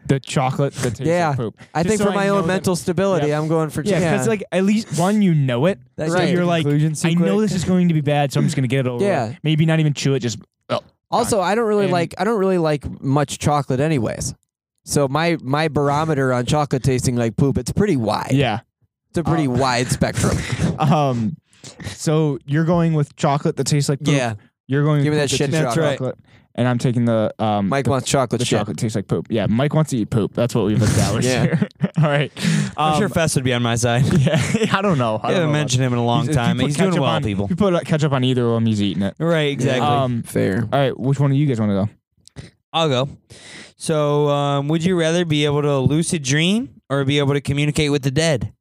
the chocolate that tastes
Yeah.
like poop.
I
Just
think
so
for my
know
own
that-
mental stability,
Yeah.
I'm going for
Yeah, because like at least one you know it.
That's
so
right.
you're like,
Conclusion so
I know
quick.
this is going to be bad, so I'm just gonna get it over. with."
Yeah.
Maybe not even chew it. Just
oh,
Also, I don't really
And-
like I don't really like much chocolate anyways. So my my barometer on chocolate tasting like poop, it's pretty wide.
Yeah.
It's a pretty wide spectrum.
Um. So you're going with chocolate that tastes like poop.
yeah.
You're going
Give me
with
that
the
shit
tastes
That's
like
right.
chocolate, and I'm taking the um
Mike
the,
wants chocolate
the
shit.
chocolate tastes like poop. Yeah, Mike wants to eat poop. That's what we've established
Yeah.
here. All right.
I'm
Um,
sure Fess would be on my side.
Yeah, I don't know. I
I
don't
haven't
know
mentioned him in a
about-
long
He's- if you
time.
put
He's doing
ketchup
well,
on-
people.
If you put like, ketchup on either of them, he's eating it.
Right, exactly.
Um,
Fair.
all right, which one are you guys want to go?
I'll go. So, um, would you rather be able to lucid dream or be able to communicate with the dead?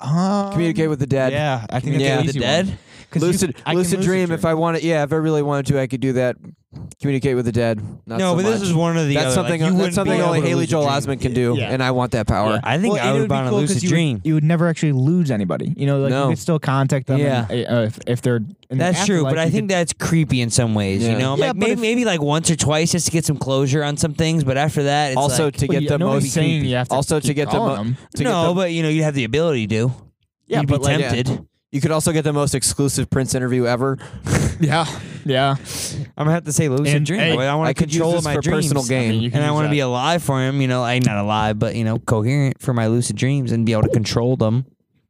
Um,
Communicate with the dead.
Yeah, I think
Communicate
that's an
Communicate with
easy
the
one.
dead?
'Cause you
Lucid
can- I can
lucid dream, if I
dream.
wanted yeah, if I really wanted to, I could do that. Communicate with the dead. Not
no,
so
but this
much.
is one of the
that's
other. like,
something
you wouldn't
that's something
be able
only
to
Haley
lucid
Joel
dream.
Osman can do,
Yeah.
and I want that power.
Yeah, I think
Well,
I
and it
would
be
want a
cool 'cause
lucid
you would-
dream.
you would never actually lose anybody. You know, like
No.
you could still contact them.
Yeah.
and, uh, if, if they're in the
That's true,
afterlife,
but I
you
think
could-
that's creepy in some ways.
Yeah.
You know,
Yeah,
like,
but
maybe,
if-
maybe like once or twice just to get some closure on some things. But after that, it's
Also,
like,
to get
Well,
the
nobody's
most
saying you have to
also to
keep
get the
calling
mo-
them.
to get
no,
the-
but you know, you have the ability to.
Yeah,
You'd be
but, like,
yeah.
tempted.
you could also get the most exclusive Prince interview ever.
Yeah, yeah.
I'm gonna have to say lucid
And,
dream.
hey,
I
I
want to
could use
control
this
my
for
dreams.
personal gain.
mean, you can
and I
use
want to
that.
be alive for him. You know, I not alive, but you know, coherent for my lucid dreams and be able to control them.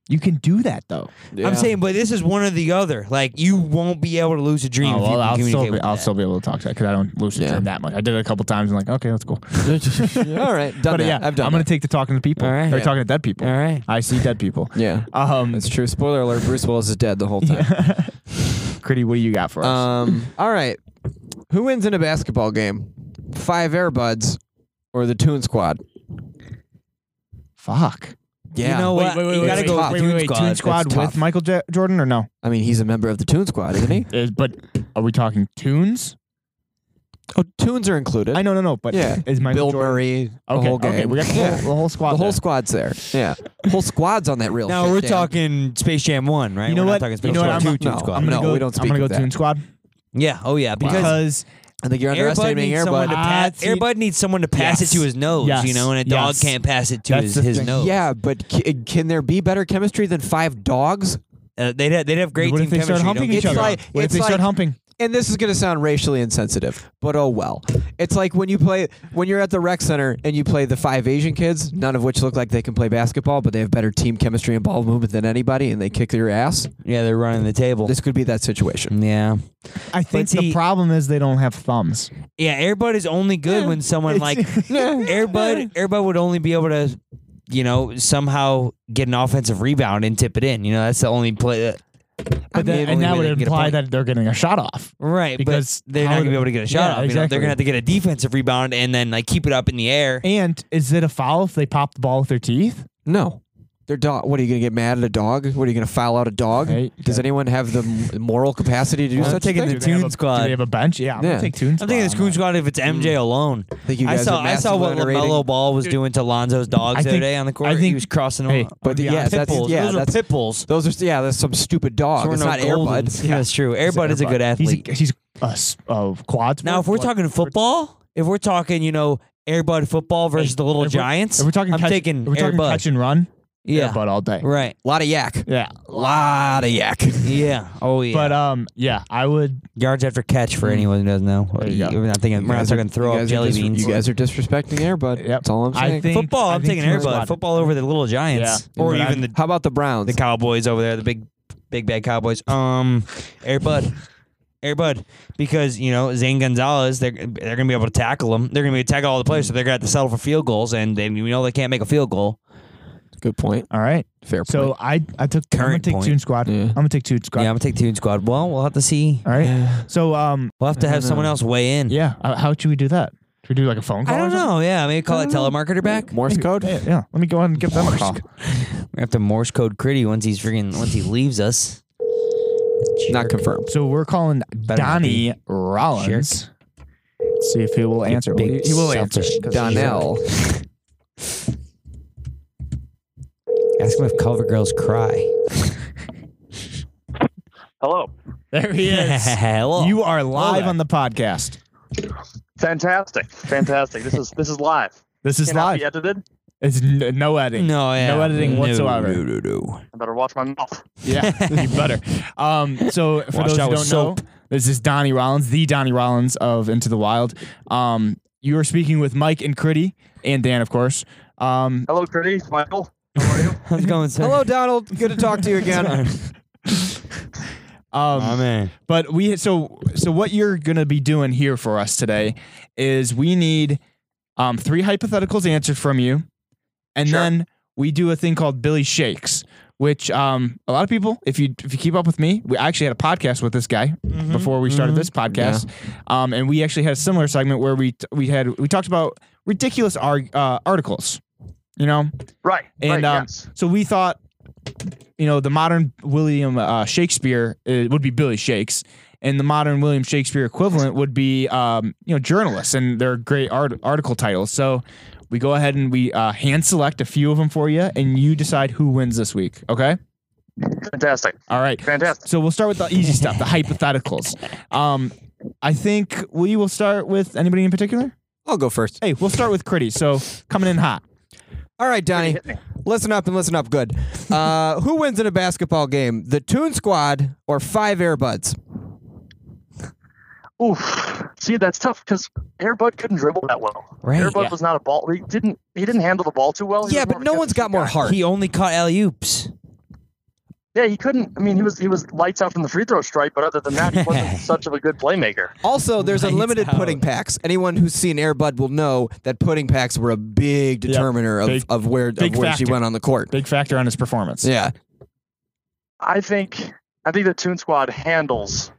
You can do that though.
Yeah.
I'm saying, but this is one or the other. Like you won't be able to lucid dream.
Oh,
if you
well,
can
I'll
communicate
still be,
with
I'll
that.
still be able to talk to because I don't lucid
Yeah.
dream that much. I did it a couple times and like, okay, that's cool.
All right, done
but
that.
yeah,
I've done.
I'm gonna take the talking to people.
All right.
They're
Yeah.
talking to dead people.
All right.
I see dead people.
that. yeah.
Um,
That's true. Spoiler alert: Bruce Willis is dead the whole time.
Critty, what do you got for us?
Uh,
Um, all right. Who wins in a basketball game? Five Airbuds or the Toon Squad?
Fuck.
Yeah.
You know what? you gotta
wait,
go
wait,
with Toon Squad.
Toon Squad
It's
with
tough.
Michael J- Jordan or no?
I mean, he's a member of the Toon Squad, isn't he?
Is, but are we talking tunes?
oh, Toons are included.
I know, no, no. But
Yeah.
is Michael
Bill
Jordan?
Murray.
Okay,
the whole
okay,
gang.
we got the whole,
Yeah.
the whole squad.
The whole
there.
squad's there. Yeah. whole squad's on that real
Now
shit,
we're
Dan.
talking Space Jam One, right?
You know
we're
what?
Not talking Space
You know what?
Jam
I'm,
2
I'm
Toon
Toon
No,
Squad.
gonna
no,
go,
we don't speak
I'm gonna
of
go
that.
Toon Squad
Yeah. Oh yeah. Because
because
I think you're
Airbud
underestimating
needs someone
Airbud.
to pass.
Ah, see-
Airbud needs someone to pass
Yes.
it to his nose,
Yes.
you know, and a dog
Yes.
can't pass it to
That's
his,
the
his
thing.
nose.
yeah, but c- can there be better chemistry than five dogs?
Uh, they'd have, they'd have great
what
team
if they start
chemistry.
humping
don't
each
you?
other?
like-
what if
it's
they start
like-
humping?
and this is going to sound racially insensitive, but oh well. It's like when you play when you're at the rec center and you play the five Asian kids, none of which look like they can play basketball, but they have better team chemistry and ball movement than anybody, and they kick your ass.
Yeah, they're running the table.
This could be that situation.
yeah.
I think the
see-
problem is they don't have thumbs.
Yeah, Airbud is only good when someone like Airbud Airbud would only be able to, you know, somehow get an offensive rebound and tip it in. You know, that's the only play that
I
But that-
mean,
and that
way
would
they can get a
imply
point.
that they're getting a shot off.
Right,
Because
but they're
how
not gonna
do-
be able to get a shot
Yeah,
off. You know,
exactly.
they're gonna have to get a defensive rebound and then like keep it up in the air.
And is it a foul if they pop the ball with their teeth?
no. They're dog. What are you going to get mad at a dog? What are you going to file out a dog?
Hey,
Does anyone have the m- moral capacity to do
I'm
such
taking
a
the
thing?
Do they have
Toon
a-
Squad.
Do they have a bench? Yeah, I'm
Yeah.
gonna take Toon
I'm
Squad.
thinking it's Coon
that.
Squad if it's MJ alone.
I think you
I
guys
saw
are
I saw
massively
what
underrating-
LaMelo Ball was doing to Lonzo's dogs
I
the
think-
other day on the court.
I think-
he was crossing
hey,
them.
but
But
Yeah,
yeah,
pit
that's
bulls.
yeah,
Those are
that's
pit bulls.
those are yeah, that's some stupid dog.
So we're
it's
no
not Airbud.
Goldens. Yeah, that's true. Airbud is a good
He's-
athlete.
He's a s- a quad.
Now, if we're
sport, like-
talking football, if we're talking, you know, Airbud football versus the little
if we're-
Giants,
if we're talking,
I'm
catch,
taking
if we're talking
Airbud.
catch and run.
yeah,
Airbud all day.
right.
lot of yak.
Yeah,
lot of yak.
Yeah. Oh yeah.
but um, yeah, I would.
yards after catch for anyone who doesn't know.
Hmm. There you go.
We're not thinking. We're not talking throw up jelly beans.
You guys are disrespecting Airbud.
Yep.
That's all I'm saying.
I think
football.
I
I'm
think
taking
Toon
Airbud.
Squad.
Football over the little Giants,
Yeah.
or
But
even
I'm-
the
How about the Browns?
the Cowboys over there, the big, big bad Cowboys. Um, Airbud, Airbud, because you know Zane Gonzalez, they're they're gonna be able to tackle him. They're gonna be able to tackle all the players, so they're gonna have to settle for field goals, and they, we know they can't make a field goal.
Good point.
All right,
Fair point.
so I I took. I'm gonna
Current
take
point.
Toon Squad.
Yeah.
I'm gonna take Toon Squad.
Yeah, I'm gonna take Toon Squad. Well, we'll have to see.
All right. So um,
We'll have to have someone else weigh in.
yeah, uh, how should we do that? Should we do like a phone call?
I don't
or something?
know. Yeah, maybe call that telemarketer back. We
Morse code.
Yeah, yeah, let me go ahead and give them a call.
have to Morse code Critty once he's freaking once he leaves us.
Not confirmed.
So we're calling
Better not
Donnie Rollins. Let's see if he will answer. Well, he,
big
he will answer.
selfish
'cause
Donnell.
Ask him if cover girls cry.
Hello.
There he is.
Hello.
you are live
there.
on the podcast.
Fantastic, fantastic. This is this is live.
This is
Cannot
live.
be edited.
It's n- no editing.
No, yeah.
No editing
No,
whatsoever.
no, no, no.
I better watch my mouth.
Yeah, you better. Um, so for
Wash
those
out
who
with
don't know, this is Donnie Rollins, the Donnie Rollins of Into the Wild. Um, you are speaking with Mike and Critty and Dan, of course. Um,
Hello, Curdy, Michael. How are you?
How's it going, sir?
Hello, Donald. Good to talk to you again.
Oh,
um,
man.
but we so so what you're gonna be doing here for us today is we need um, three hypotheticals answered from you, and
Sure.
then we do a thing called Billy Shakes. Which um, a lot of people, if you if you keep up with me, we I actually had a podcast with this guy before we started this podcast, um, and we actually had a similar segment where we t- we had we talked about ridiculous arg- uh, articles, you know.
Right.
And,
right,
um,
yes.
So we thought, you know, the modern William uh, Shakespeare uh, would be Billy Shakes, and the modern William Shakespeare equivalent would be, um, you know, journalists and their great art- article titles. So we go ahead and we uh, hand select a few of them for you, and you decide who wins this week. Okay.
fantastic,
All right.
fantastic.
So we'll start with the easy stuff, the hypotheticals. Um, I think we will start with anybody in particular.
I'll go first.
Hey, we'll start with Critty. So coming in hot.
All right, Donnie.
Hit me.
Listen up and listen up good. Uh, who wins in a basketball game, the Toon Squad or five Airbuds?
Oof. See, that's tough because Airbud couldn't dribble that well.
Right,
Airbud
yeah.
was not a ball. He didn't. He didn't handle the ball too well. He
Yeah,
was
but
of a
no one's got
catch-and-shoot
more
guy.
heart.
He only caught alley oops.
Yeah, he couldn't. I mean, he was he was lights out from the free throw stripe, but other than that, he wasn't such of a good playmaker.
Also, there's
Lights
unlimited
out.
pudding packs. Anyone who's seen Airbud will know that pudding packs were a big determiner of,
Big-
of where of where
big
she
factor.
went on the court.
Big factor on his performance.
Yeah.
I think I think the Toon Squad handles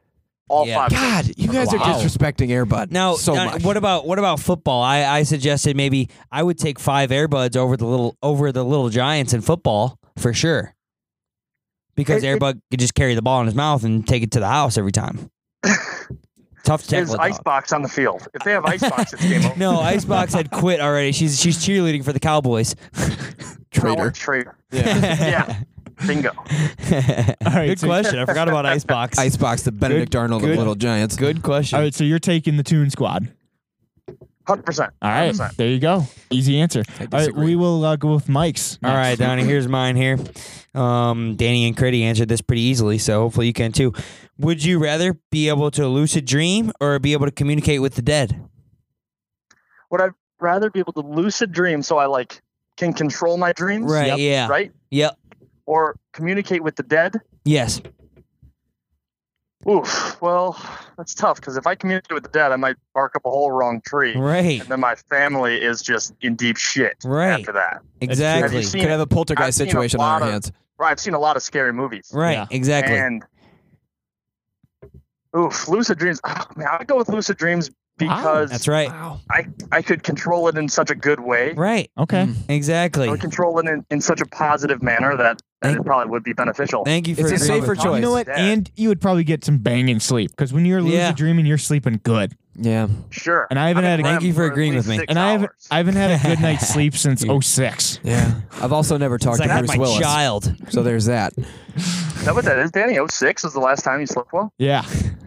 all
Yeah.
five. of them.
God, you guys
Wow.
are disrespecting Airbud
Now,
so
now,
much.
what about what about football? I, I suggested maybe I would take five Airbuds over the little over the little Giants in football for sure, because
It- it-
Airbud could just carry the ball in his mouth and take it to the house every time. Tough to
There's
tackle. a dog.
icebox on the field. If they have icebox, it's game over.
no, Icebox had quit already. She's she's cheerleading for the Cowboys.
traitor?
Power traitor.
Yeah.
Yeah. Bingo.
right,
good
so-
question. I forgot about Icebox.
Icebox, the Benedict Arnold of
good-
Little Giants.
Good question.
All right, so you're taking the Toon Squad.
Hundred percent.
All right, there you go. Easy answer. All right,
disagree.
we will uh, go with Mike's.
All right, Donnie, here's mine here. Um, Danny and Critty answered this pretty easily, so hopefully you can too. Would you rather be able to lucid dream or be able to communicate with the dead?
Would I rather be able to lucid dream so I like can control my dreams?
Right,
Yep.
yeah.
Right?
Yep.
Or communicate with the dead?
Yes.
Oof. Well, that's tough because if I communicate with the dead, I might bark up a whole wrong tree.
Right.
And then my family is just in deep shit
Right.
after that. Have you
Exactly.
seen
Could have a
I've
poltergeist
seen a
situation on
lot
our
of-
hands.
Right, I've seen a lot of scary movies.
Right,
Yeah.
exactly.
And oof, lucid dreams. Oh, man, I would go with lucid dreams because
Ah, That's right.
I, I could control it in such a good way.
Right.
Okay.
Mm.
I
Exactly.
would control it in, in such a positive manner that, that it probably would be beneficial.
Thank you for
It's a
agreeing
safer
with me.
choice.
You know what?
Yeah.
And you would probably get some banging sleep because when you're lucid
Yeah.
dreaming, you're sleeping good.
Yeah.
Sure.
And I haven't
I'm
had a-
in
Thank
REM
you for
at
agreeing
least
with me.
six
And I haven't,
hours.
I haven't had a good night's sleep since
Dude.
06.
Yeah. I've also never talked
It's like
to
I'm my
Bruce Willis.
child.
So there's that.
Is that what that is, Danny? 06 was the last time you slept well?
Yeah.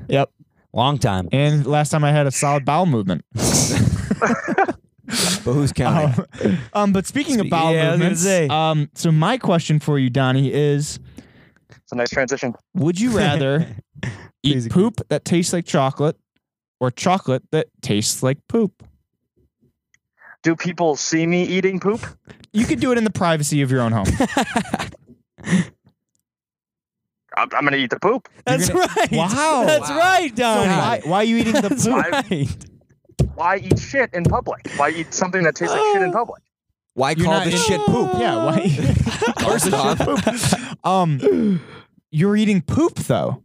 Yep.
Long time.
And last time I had a solid bowel movement.
But who's counting?
Um, um, but speaking of
Spe-
bowel
yeah, I was gonna
movements,
say.
um, so my question for you, Donnie, is
It's a nice transition.
Would you rather
Please
eat
agree.
poop that tastes like chocolate or chocolate that tastes like poop?
Do people see me eating poop?
You could do it in the privacy of your own home.
I'm, I'm going to eat the poop.
That's
gonna-
right.
Wow.
That's
Wow.
right, Donnie.
why, why are you eating the
That's
poop?
right.
Why eat shit in public? Why eat something that tastes like shit in public?
Why
You're
call
not
this
in-
shit poop?
Yeah, why?
First off.
um, you're eating poop though.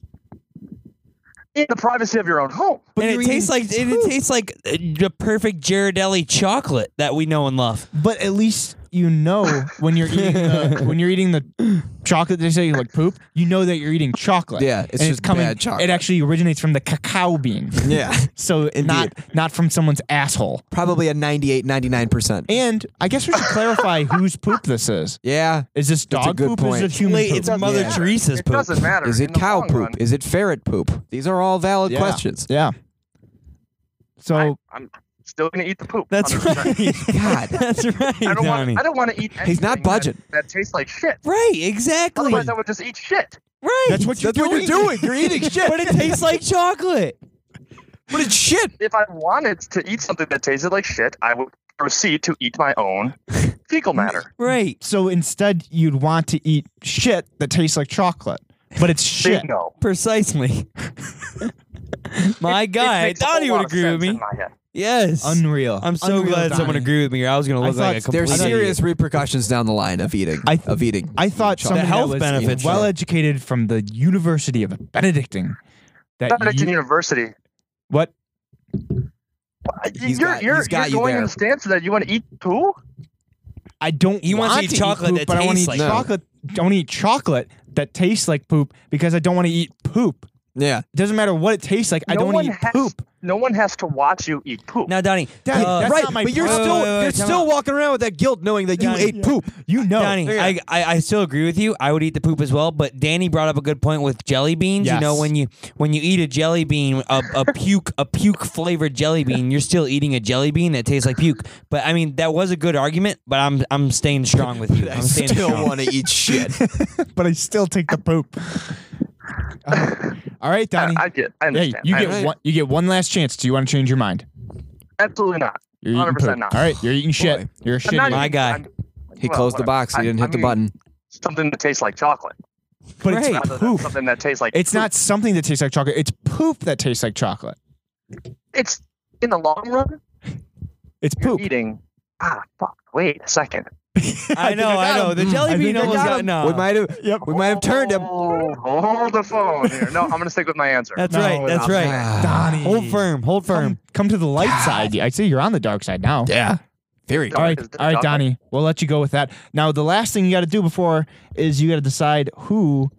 In the privacy of your own home.
and
you're
it tastes like
eating
and it
poop.
tastes like uh, the perfect Ghirardelli chocolate that we know and love.
But at least you know when you're eating the when you're eating the chocolate they say like poop, you know that you're eating chocolate.
Yeah, it's
And
just bad chocolate.
It actually originates from the cacao bean.
Yeah.
So not not from someone's asshole.
Probably a 98, 99%.
And I guess we should clarify whose poop this is.
yeah.
Is this
a
dog
good
poop?
point.
Is it human
Wait,
poop?
it's Mother
Yeah.
Teresa's
It
poop.
doesn't matter.
Is
in
it
the
cow
long
poop?
run.
Is it ferret poop? These are all valid
Yeah.
questions.
Yeah. So
I, am still going to eat the poop.
That's
100%.
right.
God.
That's right,
I don't
Donnie.
want. I don't want to eat.
He's not
anything that-
budging.
That, tastes like shit.
right, exactly.
Otherwise, I would just eat shit.
right.
That's what you're
That's what you're doing. You're eating shit.
but it tastes like chocolate.
But it's shit.
If I wanted to eat something that tasted like shit, I would proceed to eat my own fecal matter.
Right.
So instead, you'd want to eat shit that tastes like chocolate, but it's shit.
Bingo.
Precisely. My guy,
It makes a
Donnie
whole
would
lot of
agree with
sense in
me.
my head.
Yes.
Unreal.
I'm so
Unreal,
glad someone
Donnie.
agreed with me, or I was going to
I
look like a
thought there
complete
was
There's serious
idiot.
repercussions down the line of eating.
I th-
of eating.
I thought
chocolate.
someone
The health
that was
benefits.
well educated from the University of Benedictine. That
Benedictine
Uh, you-
University.
what?
He's
you're
got-
you're,
he's got you
you're going
there.
in the stance that you want to eat poo?
I don't.
He wants
want
to eat chocolate
poop,
that
but I want to
tastes
eat
like
chocolate. Don't eat chocolate that tastes like poop because I don't want to eat poop.
yeah.
It doesn't matter what it tastes like. I
No
don't
one
wanna eat
has-
poop.
No one has to watch you eat poop.
Now, Donnie,
That-
uh,
that's
right.
not my
but you're
point.
still
Wait, wait, wait,
you're
time
still walking around with that guilt knowing that you
Donnie,
ate poop.
You know.
Donnie,
Yeah.
I, I I still agree with you. I would eat the poop as well. But Danny brought up a good point with jelly beans. You know,
Yes.
when you when you eat a jelly bean, a, a puke a puke flavored jelly bean, you're still eating a jelly bean that tastes like puke. But I mean, that was a good argument. But I'm I'm staying strong with you. I'm staying strong.
to eat shit.
but I still take the poop. All right,
I,
Donnie.
I get. I
hey,
understand.
you
I
get
understand.
one. You get one last chance. Do you want to change your mind?
Absolutely not.
You're eating
100%
poop.
not.
All right, you're eating shit.
Boy.
You're a
I'm not
shitty.
My
eating-
guy.
I'm-
he
well,
closed the
whatever.
box. He
I-
didn't
I
hit the
mean,
button.
Something that tastes like chocolate.
But
Right.
it's
rather than
poop.
Something that tastes like
It's
poop.
not something that tastes like chocolate. It's poop that tastes like chocolate.
It's in the long run.
It's
You're
poop.
eating. Ah, fuck. Wait a second.
I know,
I got
I know. The
him. I
jelly
think
bean
I
almost
got
got
him.
no.
we might have
Yep.
we might have turned him.
Oh, hold the phone here. No, I'm gonna stick with my answer.
That's
No,
right. That's
no.
right.
Ah.
Donnie.
Hold firm. Hold
Come,
firm.
come to the light side. I see you're on the dark side now.
Yeah. Very.
All right,
Is that
all right,
chocolate?
Donnie. We'll let you go with that. Now, the last thing you got to do before is you got to decide who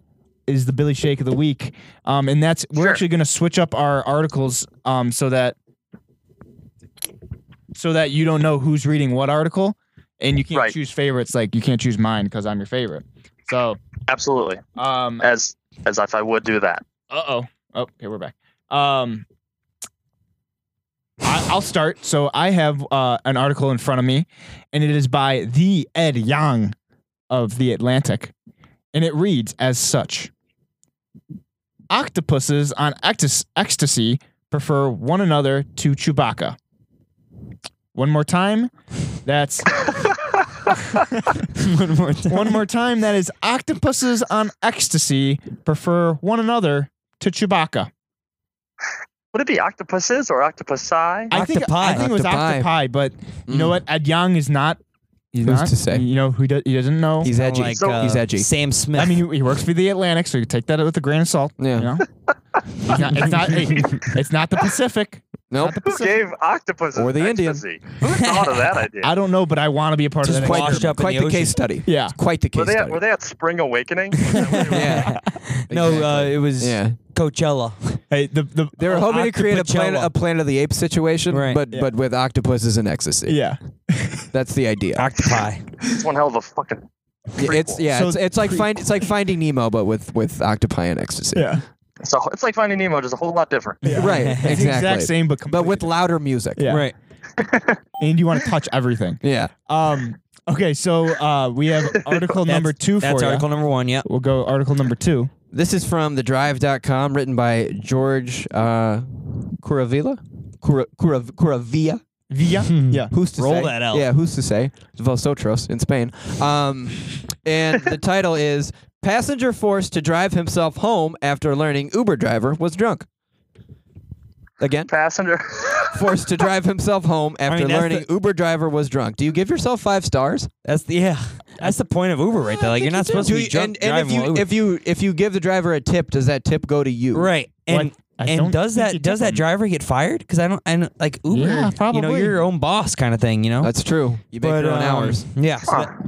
is the Billy Shake of the week, um, and that's we're
Sure.
actually going to switch up our articles um, so that so that you don't know who's reading what article, and you can't
Right.
choose favorites. Like you can't choose mine because I'm your favorite. So,
Absolutely.
um, uh
As as if I would do that.
oh, oh, okay, we're back. Um, I, I'll start. So I have uh, an article in front of me, and it is by the Ed Young of The Atlantic, and it reads as such: Octopuses on ectas- ecstasy prefer one another to Chewbacca. One more time. That's
One more time.
one more time. That is octopuses on ecstasy prefer one another to Chewbacca.
Would it be octopuses or octopusi?
I think I
Octopi.
think it was
Octopi.
octopi, but you know
Mm.
what? Ed Young is not. He's
Who's
not-
to say?
You know who do, he doesn't know.
He's edgy.
Like,
So-
uh,
He's edgy.
Sam Smith.
I mean, he, he works for the Atlantic, so you take that with a grain of salt.
Yeah.
You know? it's, not, it's, not, it's not the Pacific.
Nope.
Not the
Who
Pacific.
gave octopuses
Or the Indian.
ecstasy? Who thought of that idea?
I don't know, but I want to be a part
Just
of that.
quite-
experiment.
washed up in
quite
the
the,
ocean.
case study.
Yeah.
Quite the case
were they at,
study.
were they at Spring Awakening?
yeah.
no, uh,
Exactly.
it was
Yeah.
Coachella.
Hey, the, the,
They were
Oh,
hoping to create a planet,
Octopuchella.
a Planet of the Apes situation,
Right.
but
Yeah.
but with octopuses and ecstasy.
yeah.
That's the idea.
Octopi.
it's one hell of a fucking.
Yeah, it's yeah,
So
it's, it's like find it's like Finding Nemo, but with with octopi and ecstasy.
Yeah.
So it's like Finding Nemo, just a whole lot different.
Right.
It's
Exactly.
It's the exact same, but
But
completely
with louder music.
Yeah.
Right.
and you want to touch everything.
Yeah.
Um. Okay, so uh, we have article number two for
That's
ya.
article number one. Yep.
We'll go article number two.
This is from thedrive.com, written by George uh, Curavilla. Cura, Cura, Curavilla.
Via. yeah.
Who's to
Roll
say?
that out.
Yeah, who's to say? Vosotros in Spain. Um, and the title is Passenger Forced to Drive Himself Home After Learning Uber Driver Was Drunk. Again,
Passenger.
forced to drive himself home after
mean, that's
learning
the-
Uber driver was drunk. Do you give yourself five stars?
That's the yeah. That's the point of Uber right there. Like you're not supposed to
Do
be
you-
drunk
and, and
driving
if you
while Uber.
if you if you give the driver a tip, does that tip go to you?
right.
Well, I-
And
I don't
and does
think you
that does
tip
that
them.
driver get fired? Because I don't. I don't like Uber.
Yeah,
You know,
probably.
you're your own boss kind of thing. You know.
That's true. You make your own
um,
hours.
Yeah. So that,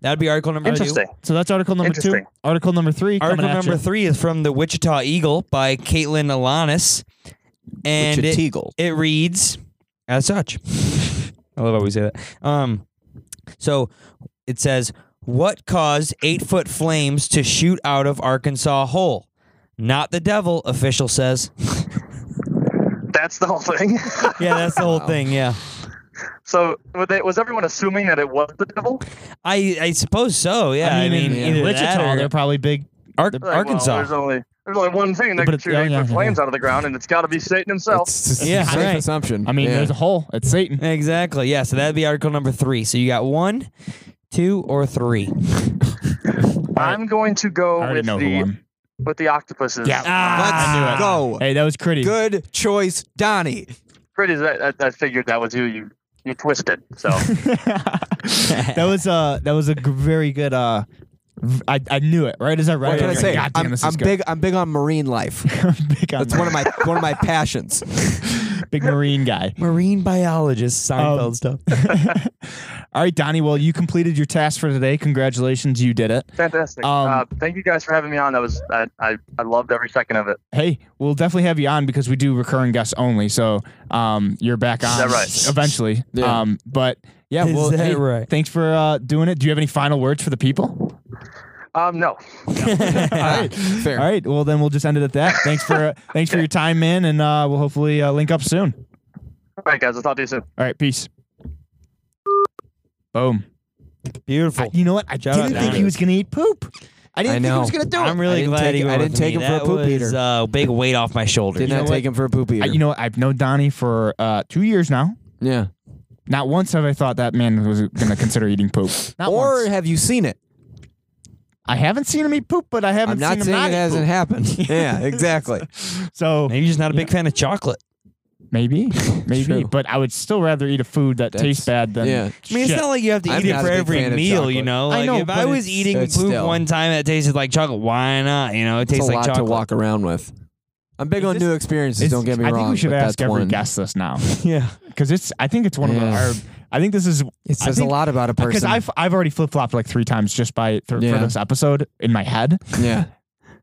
that'd be article number two.
Interesting.
So that's article number two.
Interesting.
Article number three. coming
Article
at
number
ya.
three is from the Wichita Eagle by Caitlin Alanis, and it,
Teagle.
It reads as such. I love how we say that. Um, so it says, "What caused eight-foot flames to shoot out of Arkansas hole?" Not the devil, official says.
That's the whole thing.
yeah, that's the whole thing. Yeah,
So were they, was everyone assuming that it was the devil?
I I suppose so. Yeah. I mean,
in,
either
in
that
Wichita,
or-
they're probably big.
Ar-
Like, well,
Arkansas.
there's only there's only one thing that
But
can
it-
shoot
yeah,
eight
yeah,
foot
yeah.
flames out of the ground, and it's got to be Satan himself.
It's, it's
Yeah,
a safe
right.
assumption.
I mean,
yeah.
there's a hole. It's Satan.
exactly. Yeah. So that'd be article number three. So you got one, two, or three.
I'm going to
I
go
already
with
know who
the
won.
with the uh, octopuses.
Yeah.
Ah,
I knew it. Hey, that was pretty.
Good choice, Donnie.
Pretty. I, I- I figured that was you. You you twisted. So
that was uh that was a g- very good uh v- I, I knew it right as I read
What
it.
can I
was
say?
Like, God damn,
I'm,
this
I'm
is good.
big. I'm big on marine life.
I'm big on
That's one of my one of my passions.
big marine guy.
Marine biologist, Seinfeld
Um,
stuff.
All right, Donnie. Well, you completed your task for today. Congratulations, you did it.
fantastic.
Um,
uh, thank you guys for having me on. That was I, I, I loved every second of it.
Hey, we'll definitely have you on because we do recurring guests only. So um, you're back on
that right?
eventually.
Yeah.
Um, but yeah,
Is
well,
that
hey,
right?
thanks for uh, doing it. Do you have any final words for the people?
Um, no.
All right,
fair.
All right. Well, then we'll just end it at that. Thanks for uh, thanks for your time, man, and uh, we'll hopefully uh, link up soon.
All right, guys. I'll talk to you soon.
All right, peace. Boom.
Beautiful.
I- you know what? I
Shout out
didn't think
Donnie.
he was gonna eat poop. I didn't
I
think he was
know.
gonna do it.
I'm really
I didn't
glad
take-
he went
I
with
didn't take
me.
him for a
That
poop
was,
eater.
uh, big weight off my shoulder.
Did
know
not
what?
take him for a poop eater.
I, you know what? I've known Donnie for uh, two years now.
yeah.
Not once have I thought that man was gonna consider eating poop. Not
Or
once.
have you seen it?
I haven't seen him eat poop, but I haven't
I'm not
seen him
saying
not
it
eat
hasn't happened. yeah, exactly.
poop. So
Maybe you're just not a big fan of chocolate.
maybe, maybe,
True.
but I would still rather eat a food that
That's-
tastes bad than
yeah.
I mean, it's
shit.
not like you have to
I'm
eat it
not
for
a big
every
fan of
meal, you
chocolate.
know?
I
Like,
know,
if I
but
was
it's-
eating poop
it's still-
one time that tasted like chocolate, why not? You know, it
It's
tastes
a
like
lot
chocolate.
to walk around with. I'm big
Is
on
this-
new experiences.
It's-
don't get me
I
wrong.
think we should
but
ask
that's
every
one.
guest this now
Yeah.
because it's. I think it's one of
Yeah.
our. I think this is
It
I
says
think-
a lot about a
because
person.
I've I've already flip flopped like three times just by th-
Yeah.
for this episode in my head,
yeah.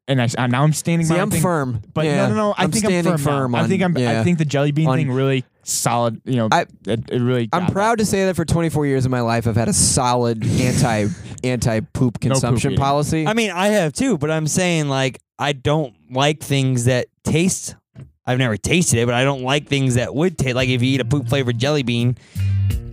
and I and now I'm standing.
See,
by
I'm
thing,
firm.
but
yeah.
no, no, no. I
I'm
think I'm
standing
firm. now.
firm
I think
on-
I'm. I
yeah.
think the jelly bean
On-
thing really solid. You know,
I-
it, it really.
I'm
got
proud to say that for 24 years of my life, I've had a solid anti anti poop consumption
eating.
policy.
I mean, I have too, but I'm saying like I don't like things that taste. I've never tasted it, but I don't like things that would taste. Like if you eat a poop flavored jelly bean,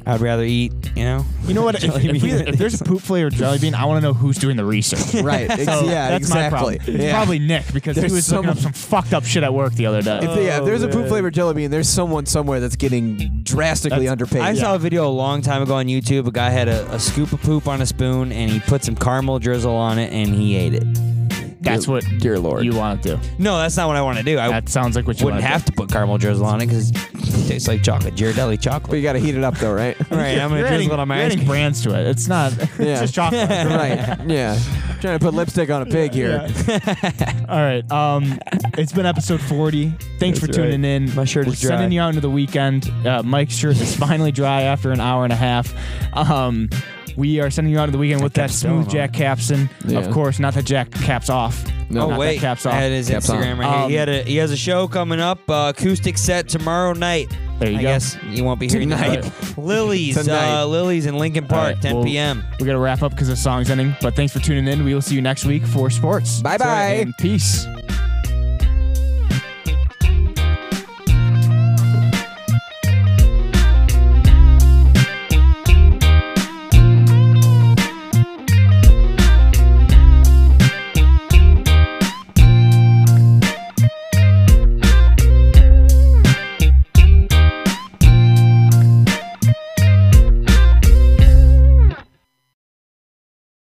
I'd rather eat. You know.
that. You know what? If,
Jelly
if, we-
bean.
if there's a poop flavored jelly bean, I want to know who's doing the research.
right? Ex-
So
yeah,
that's my problem.
exactly.
It's
yeah.
probably Nick because
There's
he was looking
some-
up some fucked up shit at work the other day.
If, yeah, if
Oh,
there's a
man.
poop flavored jelly bean, there's someone somewhere that's getting drastically underpaid.
I saw a video a long time ago on YouTube. A guy had a, a scoop of poop on a spoon, and he put some caramel drizzle on it, and he ate it.
that's what
dear lord.
you want to do.
No, that's not what I want to do. I
That sounds like what you
wouldn't
wanna
have to put caramel drizzle on it because it tastes like chocolate, Ghirardelli
but
chocolate.
you got to heat it up though, right?
All right, I'm gonna
You're
drizzle
adding,
it on my
you're
ice
adding
cream.
brands to it. It's not.
Yeah.
It's just chocolate.
right. Yeah. Trying to put lipstick on a pig here.
All right. Um, it's been episode 40. Thanks for
That's right.
tuning in.
My shirt
We're
is dry.
sending you out into the weekend. Uh, Mike's shirt is finally dry after an hour and a half. Um, we are sending you out into the weekend with that
kept going
smooth
on.
Jack Capson.
Yeah.
Of course, not that Jack caps off.
No.
Not
Oh
that
wait,
caps
I
off.
had his
Caps on.
Instagram right here.
Um,
He had a he has a show coming up, uh, acoustic set tomorrow night.
There you
I
go.
guess you won't be hearing
Tonight.
that. Lilies,
Tonight.
uh, Lilies in Lincoln
All
Park,
right,
10
well,
p.m.
We're going to wrap up because the song's ending. But thanks for tuning in. We will see you next week for sports.
Bye
That's right,
bye.
and Peace.